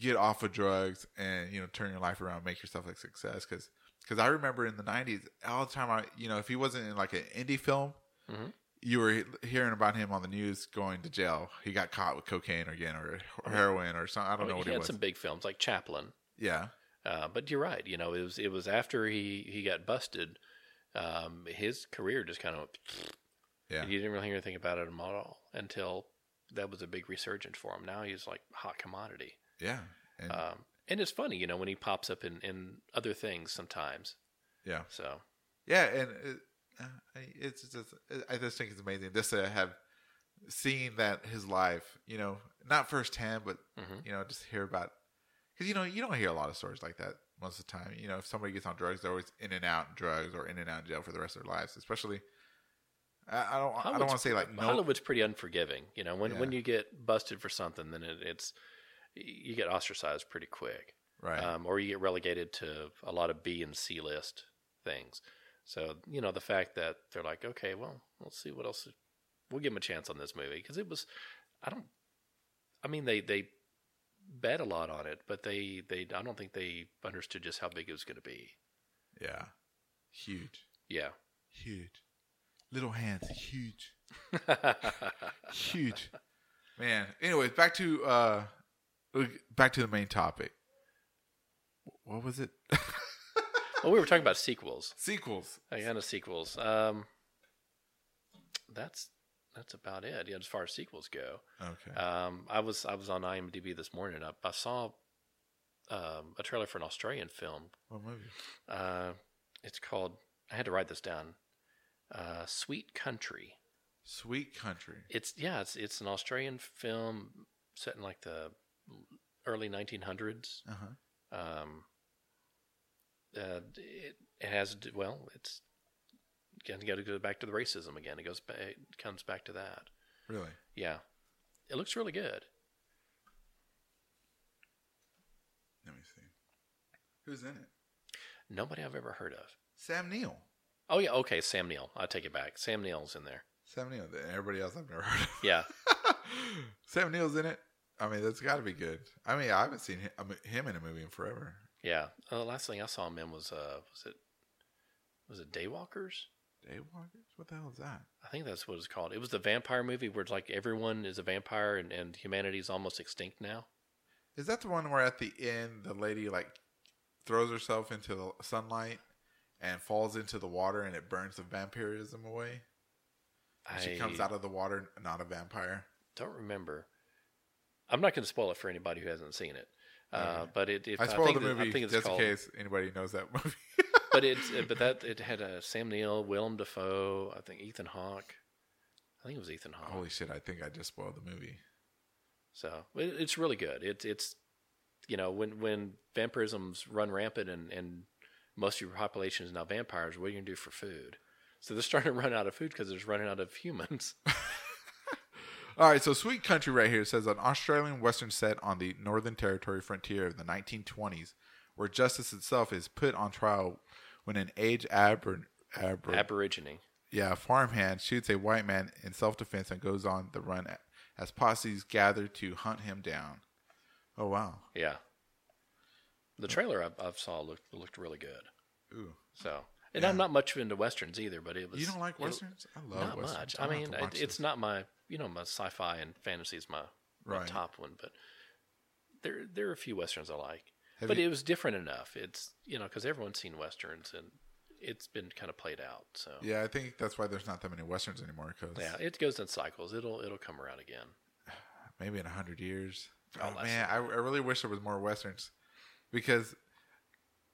get off of drugs and you know turn your life around, make yourself a success. Because I remember in the '90s, all the time I, you know, if he wasn't in like an indie film.
Mhm.
You were he- hearing about him on the news going to jail. He got caught with cocaine again, or, or heroin, or something. I don't
I mean,
know what
Oh, he
it
had
was.
some big films like Chaplin.
yeah,
Uh, but you're right. You know, it was it was after he he got busted. Um, his career just kind of
yeah.
you didn't really hear anything about it at all until that was a big resurgence for him. Now he's like hot commodity.
Yeah. And,
Um, and it's funny, you know, when he pops up in, in other things sometimes.
Yeah.
So
yeah, and it, uh, it's just I just think it's amazing just to have seen that his life, you know, not firsthand, but
Mhm.
you know, just hear about because you know you don't hear a lot of stories like that most of the time. You know, if somebody gets on drugs, they're always in and out in drugs or in and out in jail for the rest of their lives, especially. I, I don't. I don't
Hollywood's-
want to say like no.
Hollywood's pretty unforgiving. You know, when, when
Yeah.
you get busted for something, then it, it's you get ostracized pretty quick,
Right.
um, or you get relegated to a lot of B and C list things. So you know, the fact that they're like, okay, well, let's see what else. We'll give him a chance on this movie because it was. I don't. I mean, they they bet a lot on it, but they they I don't think they understood just how big it was going to be.
yeah. Huge.
Yeah. <laughs>
Huge. Little hands. Huge. huge man anyways back to uh back to the main topic what was it <laughs>
well, we were talking about sequels.
sequels
I kind of sequels. Um, that's that's about it. Yeah, as far as sequels go,
okay
um, I was I was on IMDb this morning. And I, I saw um, a trailer for an Australian film.
what movie
Uh, it's called. I had to write this down. Uh, Sweet Country.
sweet country
It's yeah. It's it's an Australian film set in like the early 1900s.
uh-huh
Um, uh, it, it has d- well, it's again got to go back to the racism again. It goes back, it comes back to that.
really
Yeah, it looks really good.
Who's in it?
Nobody I've ever heard of.
Sam Neill.
Oh yeah, okay, Sam Neill. I take it back. Sam Neill's in there.
Sam Neill. and Everybody else I've never <laughs> heard
Yeah,
of. Sam Neill's in it. I mean, that's got to be good. I mean, I haven't seen him, I mean, him in a movie in forever.
yeah. Uh, the last thing I saw him in was uh, was it was it Daywalkers?
Daywalkers? What the hell is that?
I think that's what it's called. It was the vampire movie where it's like everyone is a vampire and and humanity is almost extinct now.
Is that the one where at the end the lady like throws herself into the sunlight and falls into the water and it burns the vampirism away?
I
She comes out of the water not a vampire.
don't remember. I'm not going to spoil it for anybody who hasn't seen it. Uh,
Okay.
but it, if,
I spoiled
think
the
that-
movie
I think it's
just
called.
in case anybody knows that <laughs> movie.
but it but that it had uh, Sam Neill, Willem Dafoe, I think Ethan Hawke. I think it was Ethan Hawke.
Holy shit! I think I just spoiled the movie.
So it, it's really good. It's it's you know when when vampirisms run rampant and and most of your population is now vampires, what are you gonna do for food? So they're starting to run out of food because they're just running out of humans. <laughs>
All right, so Sweet Country right here says an Australian Western set on the Northern Territory frontier of the 1920s, where justice itself is put on trial when an age aber, aber,
Aborigine.
yeah, farmhand shoots a white man in self defense and goes on the run a- as posses gather to hunt him down. Oh wow!
Yeah. The trailer I, I saw looked looked really good.
Ooh,
So and I'm
Yeah.
not much into westerns either, but it was
you don't like
it-
westerns? I love
not
westerns.
much.
I'm
I
gonna have
mean,
to
it,
watch
it's
this.
not my you know my sci-fi and fantasy is my, my
Right.
top one, but there there are a few westerns I like.
Have
but
you-
it was different enough. It's you know because everyone's seen westerns and it's been kind of played out. So
Yeah, I think that's why there's not that many westerns anymore. Because
Yeah, it goes in cycles. It'll it'll come around again.
maybe in a hundred years.
Oh,
Oh,
that's-
man, I, I really wish there was more westerns because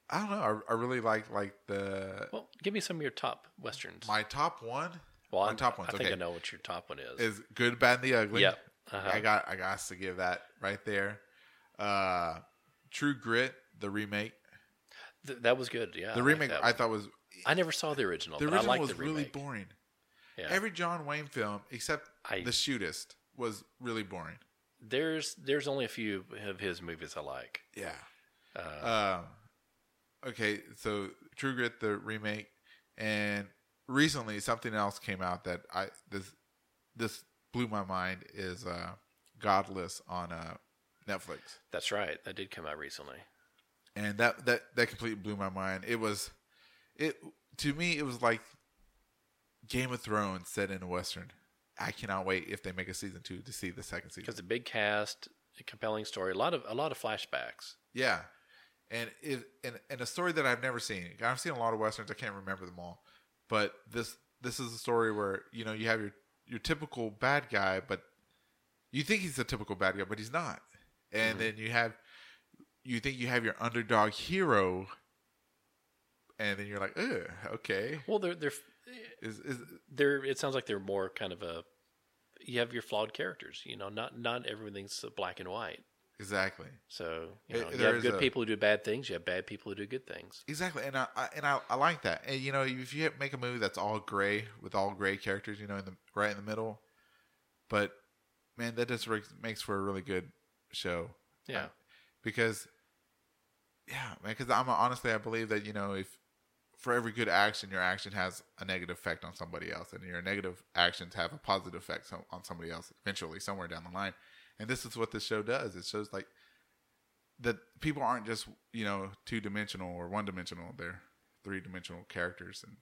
I don't know. I, I really like like the
Well, give me some of your top westerns.
my top one
well,
my
I'm-
top ones,
I think
okay.
I know what your top one is.
is good, bad, and the ugly.
Yep. Uh-huh.
I got I got to give that right there. Uh, True Grit, the remake.
Th- that was good. Yeah,
The
I like
remake
that
I
one.
thought was
I never saw the original.
the
but I
original
like
was
the remake.
really boring.
Yeah.
Every John Wayne film except
I-
The Shootist was really boring.
there's there's only a few of his movies I like.
Yeah.
Uh,
Um, okay, so True Grit the remake, and recently something else came out that I this this blew my mind is uh, Godless on uh, Netflix,
that's right. That did come out recently.
and that that that completely blew my mind. It was it to me it was like Game of Thrones set in a western. I cannot wait if they make a season two to see the second season.
because the big cast, a compelling story, a lot of a lot of flashbacks.
Yeah, and it and, and a story that I've never seen. I've seen a lot of westerns. I can't remember them all, but this this is a story where you know you have your your typical bad guy, but you think he's a typical bad guy, but he's not. And then you have you think you have your underdog hero, and then you're like, Ugh, okay,
Well, they're they're
is is
they're. It sounds like they're more kind of a. You have your flawed characters, you know. Not not everything's black and white.
exactly.
So you,
Eh,
know, you
there
have
is
good
a-
people who do bad things. You have bad people who do good things.
Exactly, and I, I and I, I like that. And you know, if you make a movie that's all gray with all gray characters, you know, in the right in the middle, but man, that just works, makes for a really good show
Yeah,
because, yeah, man. Because I'm honestly, I believe that you know, if for every good action, your action has a negative effect on somebody else, and your negative actions have a positive effect so- on somebody else eventually, somewhere down the line. And this is what this show does. It shows like that people aren't just you know two dimensional or one dimensional. They're three dimensional characters, and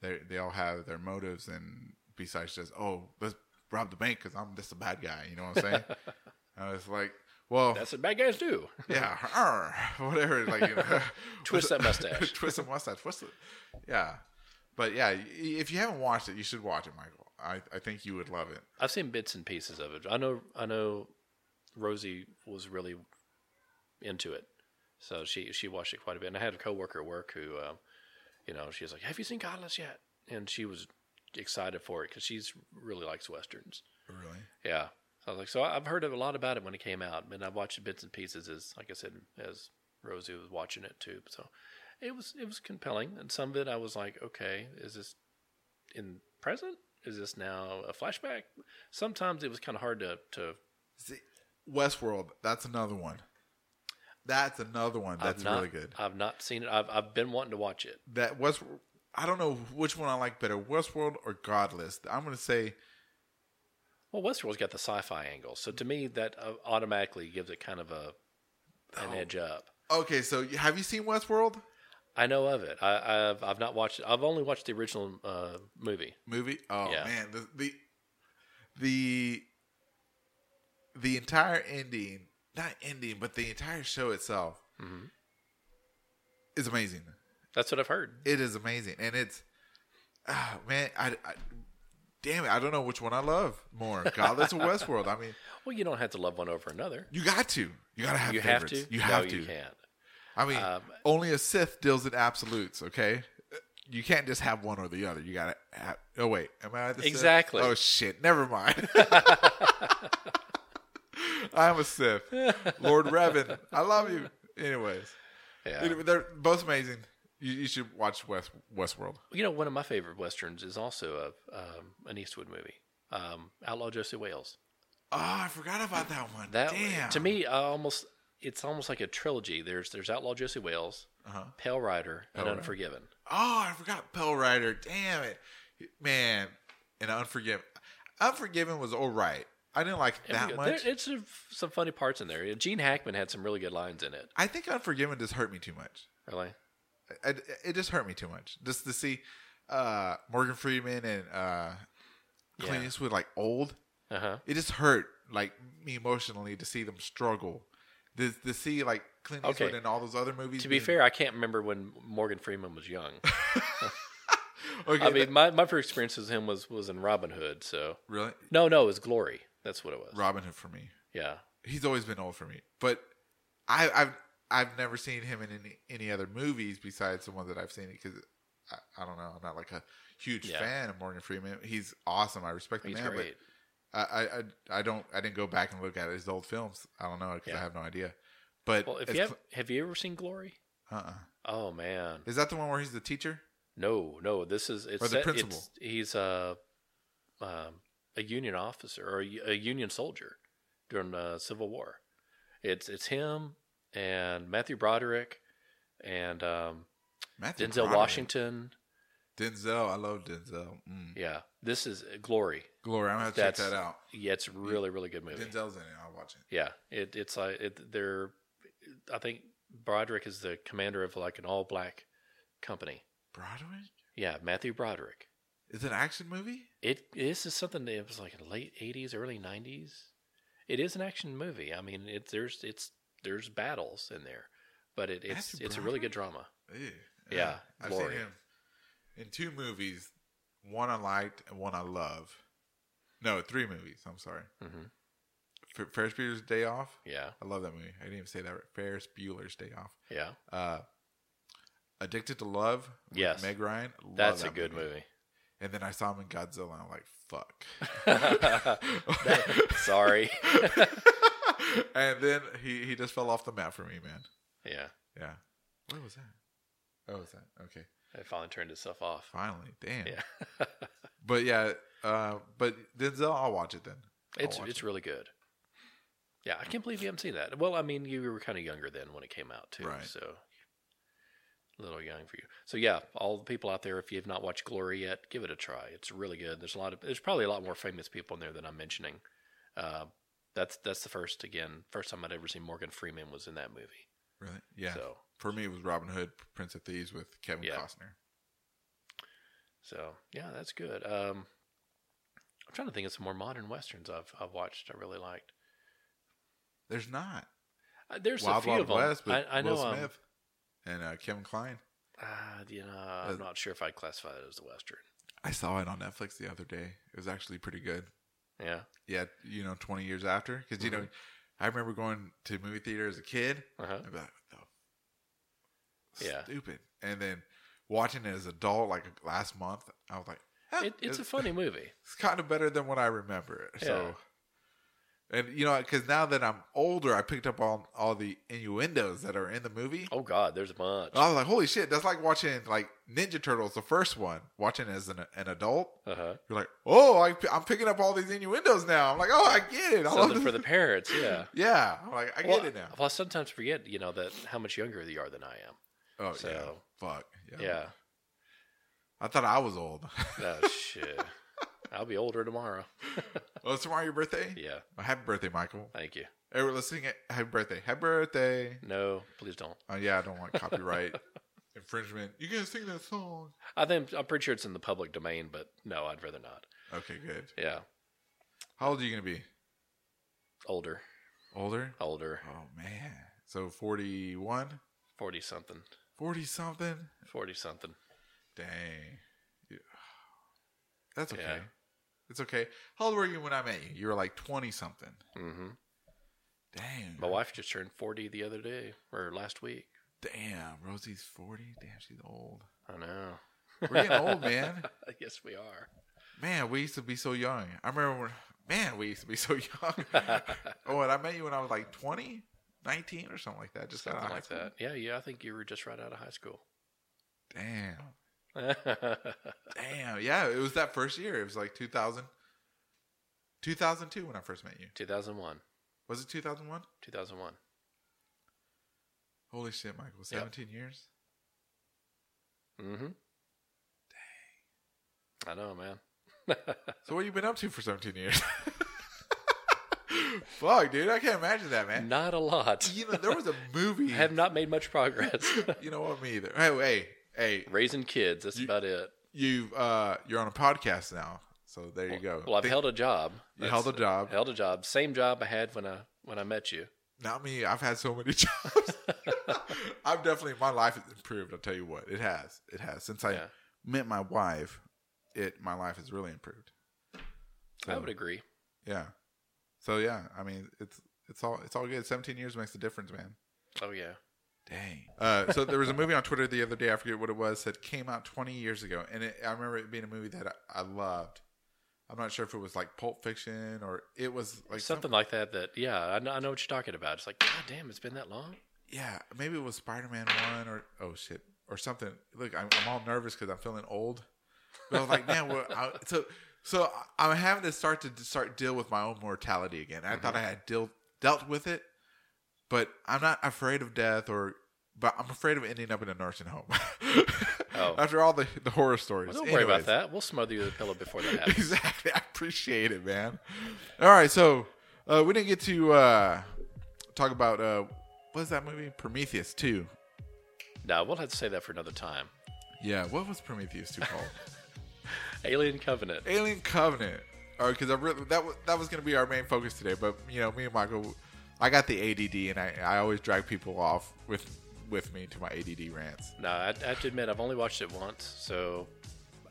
they they all have their motives. And besides just oh, let's rob the bank because I'm just a bad guy. You know what I'm saying? I was like, well,
that's what bad guys do.
yeah, arr, whatever. Like you know,
<laughs> Twist that
<laughs>
mustache.
twist that mustache. Twist it. Yeah, but yeah, y- if you haven't watched it, you should watch it, Michael. I, I think you would love it.
I've seen bits and pieces of it. I know I know Rosie was really into it, so she she watched it quite a bit. And I had a coworker at work who, um, you know, she was like, "Have you seen Godless yet?" And she was excited for it because she's really likes westerns.
Really?
Yeah, I was like, so I've heard a lot about it when it came out, and I've watched bits and pieces as like I said as Rosie was watching it too. So it was it was compelling, and some of it I was like, okay, is this in present? Is this now a flashback? Sometimes it was kind of hard to to.
See, Westworld. That's another one. That's another one that's
I've not,
really good.
I've not seen it. I've I've been wanting to watch it.
That West, I don't know which one I like better, Westworld or Godless. I'm gonna say
Well, Westworld's got the sci-fi angle, so to me that uh, automatically gives it kind of a
Oh.
an edge up.
okay. So you- have you seen Westworld
I know of it. I, I've I've not watched it. I've only watched the original uh, movie.
movie? Oh
Yeah.
man, the, the the the entire ending, not ending, but the entire show itself
Mm-hmm.
is amazing.
That's what I've heard.
It is amazing, and it's ah, man, I, I damn it, I don't know which one I love more, Godless
<laughs>
or Westworld. I mean,
Well, you don't have to love one over another.
you got to, you gotta have
You have
favorites.
to.
you have
no,
to.
You can't.
I mean,
Um,
only a Sith deals in absolutes. Okay, you can't just have one or the other. You gotta. Have, oh wait, am I the Sith?
Exactly.
Oh shit, never mind.
<laughs>
<laughs> I'm a Sith, Lord Revan. I love you. Anyways,
Yeah.
anyway, they're both amazing. You, you should watch West Westworld.
You know, one of my favorite westerns is also a um, an Eastwood movie, um, Outlaw Josie Wales.
Oh, I forgot about that one.
That
Damn.
to me, I almost it's almost like a trilogy. There's there's Outlaw Josie Wales,
Uh-huh.
Pale Rider, and
Rider.
Unforgiven.
Oh, I forgot Pell Rider. Damn it, man. And Unforgiven. Unforgiven was all right. I didn't like
And
that
we-
much.
There, it's a, some funny parts in there. Gene Hackman had some really good lines in it.
I think Unforgiven just hurt me too much.
Really,
I, I- it just hurt me too much. Just to see uh, Morgan Freeman and uh, Clint
Yeah.
Eastwood like old,
uh huh.
it just hurt like me emotionally to see them struggle. To, to see like Clint
Okay.
Eastwood and all those other movies.
To be
being-
fair, I can't remember when Morgan Freeman
<laughs>
was young.
okay,
I
that-
mean, my, my first experience with him was was in Robin Hood. So
really,
no, no, it was Glory. That's what it was.
Robin Hood for me.
Yeah,
He's always been old for me, but I, I've I've never seen him in any, any other movies besides the one that I've seen because I, I don't know. I'm not like a huge
Yeah.
fan of Morgan Freeman. He's awesome. I respect the
he's
man, but
great.
I, I I- I don't I didn't go back and look at his old films. I don't know because I
Yeah.
have no idea. But
Well, if
it's
you have
cl-
have you ever seen Glory?
uh-uh.
Oh man,
is that the one where he's the teacher?
no, no. This is it's,
Or the
set-
principal.
it's- he's a um, a Union officer or a, a Union soldier during the Civil War. It's it's him and Matthew Broderick and um,
Matthew
Denzel
Broderick.
Washington.
Denzel, I love Denzel. Mm.
Yeah, this is Glory.
Glory, I'm gonna have to check
That's-
that out.
Yeah, it's a really really good movie.
Denzel's in it. I'll watch it.
Yeah, it, it's like it, they're. I think Broderick is the commander of like an all black company.
Broderick?
Yeah, Matthew Broderick.
Is it an action movie?
It this is something that was like in the late eighties, early nineties. It is an action movie. I mean, it there's it's there's battles in there, but it, it's
Matthew
it's a really good drama.
Ew.
Yeah,
I've
Glory.
seen him in two movies. One I liked and one I love. No, three movies. I'm sorry.
hmm
Fer- Ferris Bueller's Day Off.
Yeah,
I love that movie. I didn't even say that. Right. Ferris Bueller's Day Off.
yeah,
uh, Addicted to Love. With
Yes.
Meg Ryan. Love
that's
that
a good movie.
And then I saw him in Godzilla, and I'm like, fuck.
That- <laughs> sorry,
<laughs>
<laughs>
and then he he just fell off the map for me, man.
yeah,
Yeah. What was that? Oh, was that okay?
it finally turned itself off.
Finally, damn.
Yeah,
<laughs> But yeah, uh, but Denzel, I'll watch it then. I'll
it's
watch
it's
it.
really good. Yeah, I can't believe you haven't seen that. Well, I mean, you were kind of younger then when it came out too,
Right.
so a little young for you. So yeah, all the people out there, if you have not watched Glory yet, give it a try. It's really good. There's a lot of there's probably a lot more famous people in there than I'm mentioning. Uh, that's that's the first again first time I'd ever seen Morgan Freeman was in that movie.
really. Yeah,
So
for me it was Robin Hood, Prince of Thieves with Kevin
Yeah.
Costner.
so yeah, that's good. Um, I'm trying to think of some more modern westerns I've I've watched I really liked.
The's not
Uh, there's a
Wild
few
Wild
of them.
West with
I, I know.
Will
um,
Smith and uh, Kevin Kline.
Uh, you know, I'm not sure if I'd classify that as the Western.
I saw it on Netflix the other day. It was actually pretty good.
Yeah.
Yeah, you know, 20 years after. Because, you know,
Mm-hmm.
I remember going to movie theater as a kid.
Uh-huh.
and be like, "What the f-
Yeah.
Stupid. And then watching it as an adult, like last month, I was like, "Eh,
It, it's a funny movie.
it's kind of better than what I remember. So And you know, because now that I'm older, I picked up on all the innuendos that are in the movie.
Oh God, there's a bunch.
And I was like, holy shit, that's like watching like Ninja Turtles, the first one, watching as an, an adult.
Uh-huh.
You're like, oh, I, am picking up all these innuendos now. I'm like, oh, I get it. I love
Something
this. <laughs>
for the parents, yeah.
yeah, I'm like, I
well,
get it now.
well, I sometimes forget, you know, that how much younger they are than I am.
Oh
so-
yeah, fuck yeah.
Yeah.
I thought I was old. <laughs>
Oh shit. I'll be older tomorrow.
oh, it's tomorrow your birthday.
Yeah.
Well, happy birthday, Michael.
Thank you.
Everyone, let's sing it. Happy birthday. Happy birthday.
No, please don't.
Oh yeah, I don't want
<laughs>
copyright infringement. You can sing that song.
I think I'm pretty sure it's in the public domain, but no, I'd rather not.
Okay, good.
Yeah.
How old are you gonna be?
Older.
Older?
Older.
Oh man. So 41?
Forty something.
40 something?
Forty something.
Dang. Yeah. That's okay.
Yeah.
It's okay. How old were you when I met you? You were like 20 something.
hmm
Dang.
My wife just turned forty the other day or last week.
Damn. Rosie's 40? Damn, she's old.
I know.
We're getting
<laughs>
old, man.
yes, we are. <laughs>
Man, we used to be so young. I remember when, man, we used to be so
<laughs>
young. oh, and I met you when I was like 20, 19 or something like that. Just got out
Something
of high
like
school.
that. Yeah, yeah. I think you were just right out of high school. <laughs>
Damn.
yeah.
Damn. Yeah, it was that first year. It was like 2000. 2002 when I first met you.
2001.
Was it 2001?
2001.
Holy shit, Michael. 17 years?
Mm hmm. Dang. I know, man.
So what you been up to for 17 years? <laughs> Fuck, dude. I can't imagine that, man.
not a lot.
You know, there was a movie.
<laughs> I <laughs> have not made much progress. <laughs>
you know what? Me either. Hey, hey, hey.
Raising kids. That's
You-
about it.
You've, uh, you're on a podcast now. So there you go.
Well, I've
Think-
held a job.
You held a job.
Held a job. Same job I had when I when I met you.
Not me. I've had so many <laughs> jobs. I've definitely my life has improved. I'll tell you what, it has. It has since I
Yeah.
met my wife. It my life has really improved.
I
So,
would agree.
Yeah. So yeah, I mean it's it's all it's all good. Seventeen years makes a difference, man.
Oh yeah.
Dang. Uh, so there was a movie on Twitter the other day. I forget what it was. That came out 20 years ago, and it, I remember it being a movie that I, I loved. I'm not sure if it was like Pulp Fiction or it was like some-
Something like that. That yeah. I know, I know what you're talking about. It's like God damn, it's been that long.
yeah, maybe it was Spider Man One or oh shit or something. Look, I'm, I'm all nervous because I'm feeling old. But I was like, man, well, I, so so I- I'm having to start to start deal with my own mortality again. I thought I
Mm-hmm.
had deal, dealt with it, but I'm not afraid of death or. But I'm afraid of ending up in a nursing home.
Oh.
<laughs> After all the, the horror stories.
Well, don't worry about
Anyways.
that. We'll smother you with a pillow before that
<laughs>
happens.
exactly. I appreciate it, man. All right, so uh, we didn't get to uh, talk about uh, what is that movie? Prometheus two.
no, we'll have to say that for another time.
Yeah, what was Prometheus two called?
Alien Covenant.
<laughs> Alien Covenant. All right, because I really that was that was gonna be our main focus today, but you know, me and Michael, I got the ADD, and I, I always drag people off with with me to my ADD rants.
No, I, I have to admit I've only watched it once, so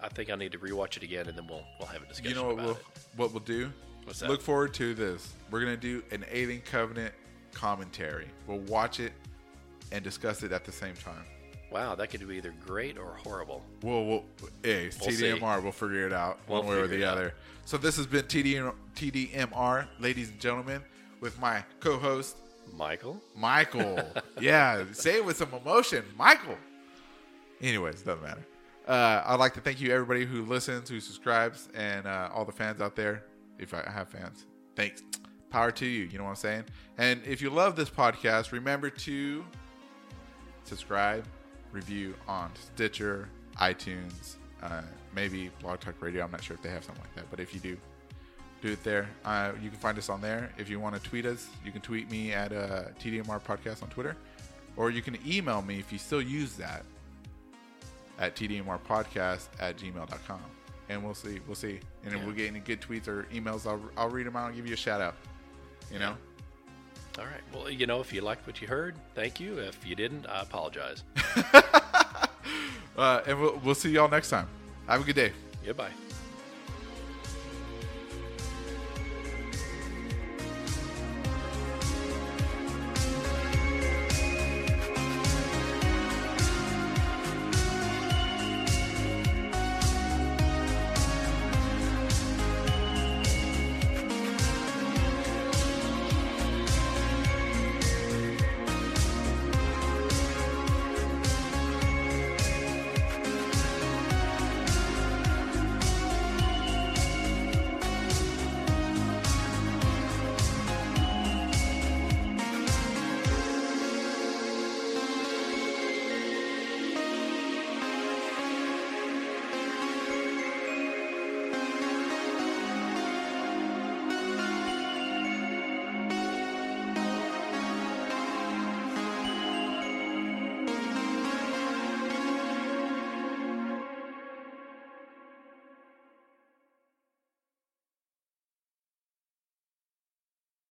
I think I need to rewatch it again, and then we'll we'll have a discussion.
You know what
about
we'll
it.
what we'll do?
What's that?
Look forward to this. We're gonna do an Alien Covenant commentary. We'll watch it and discuss it at the same time.
Wow, that could be either great or horrible.
We'll, we'll hey, it's
We'll see.
TDMR. We'll figure it out
We'll
one way or
figure
the
it out.
other. So this has been TD, TDMR, ladies and gentlemen, with my co-host
Michael?
Michael. yeah, say it with some emotion, Michael. Anyways, doesn't matter. Uh, I'd like to thank you, everybody who listens, who subscribes, and uh, all the fans out there. If I have fans, thanks. Power to you. You know what I'm saying? And if you love this podcast, remember to subscribe, review on Stitcher, iTunes, uh, maybe Blog Talk Radio. I'm not sure if they have something like that, but if you do, do it there. Uh, you can find us on there. If you want to tweet us, you can tweet me at uh, TDMR Podcast on Twitter, or you can email me if you still use that at tdmrpodcast at gmail.com. And we'll see. We'll see. And if
Yeah.
we get any good tweets or emails, I'll, I'll read them out and give you a shout out. You know?
All right. Well, you know, if you liked what you heard, thank you. If you didn't,
<laughs>
I apologize.
Uh, and we'll, we'll see y'all next time. Have a good day.
Goodbye.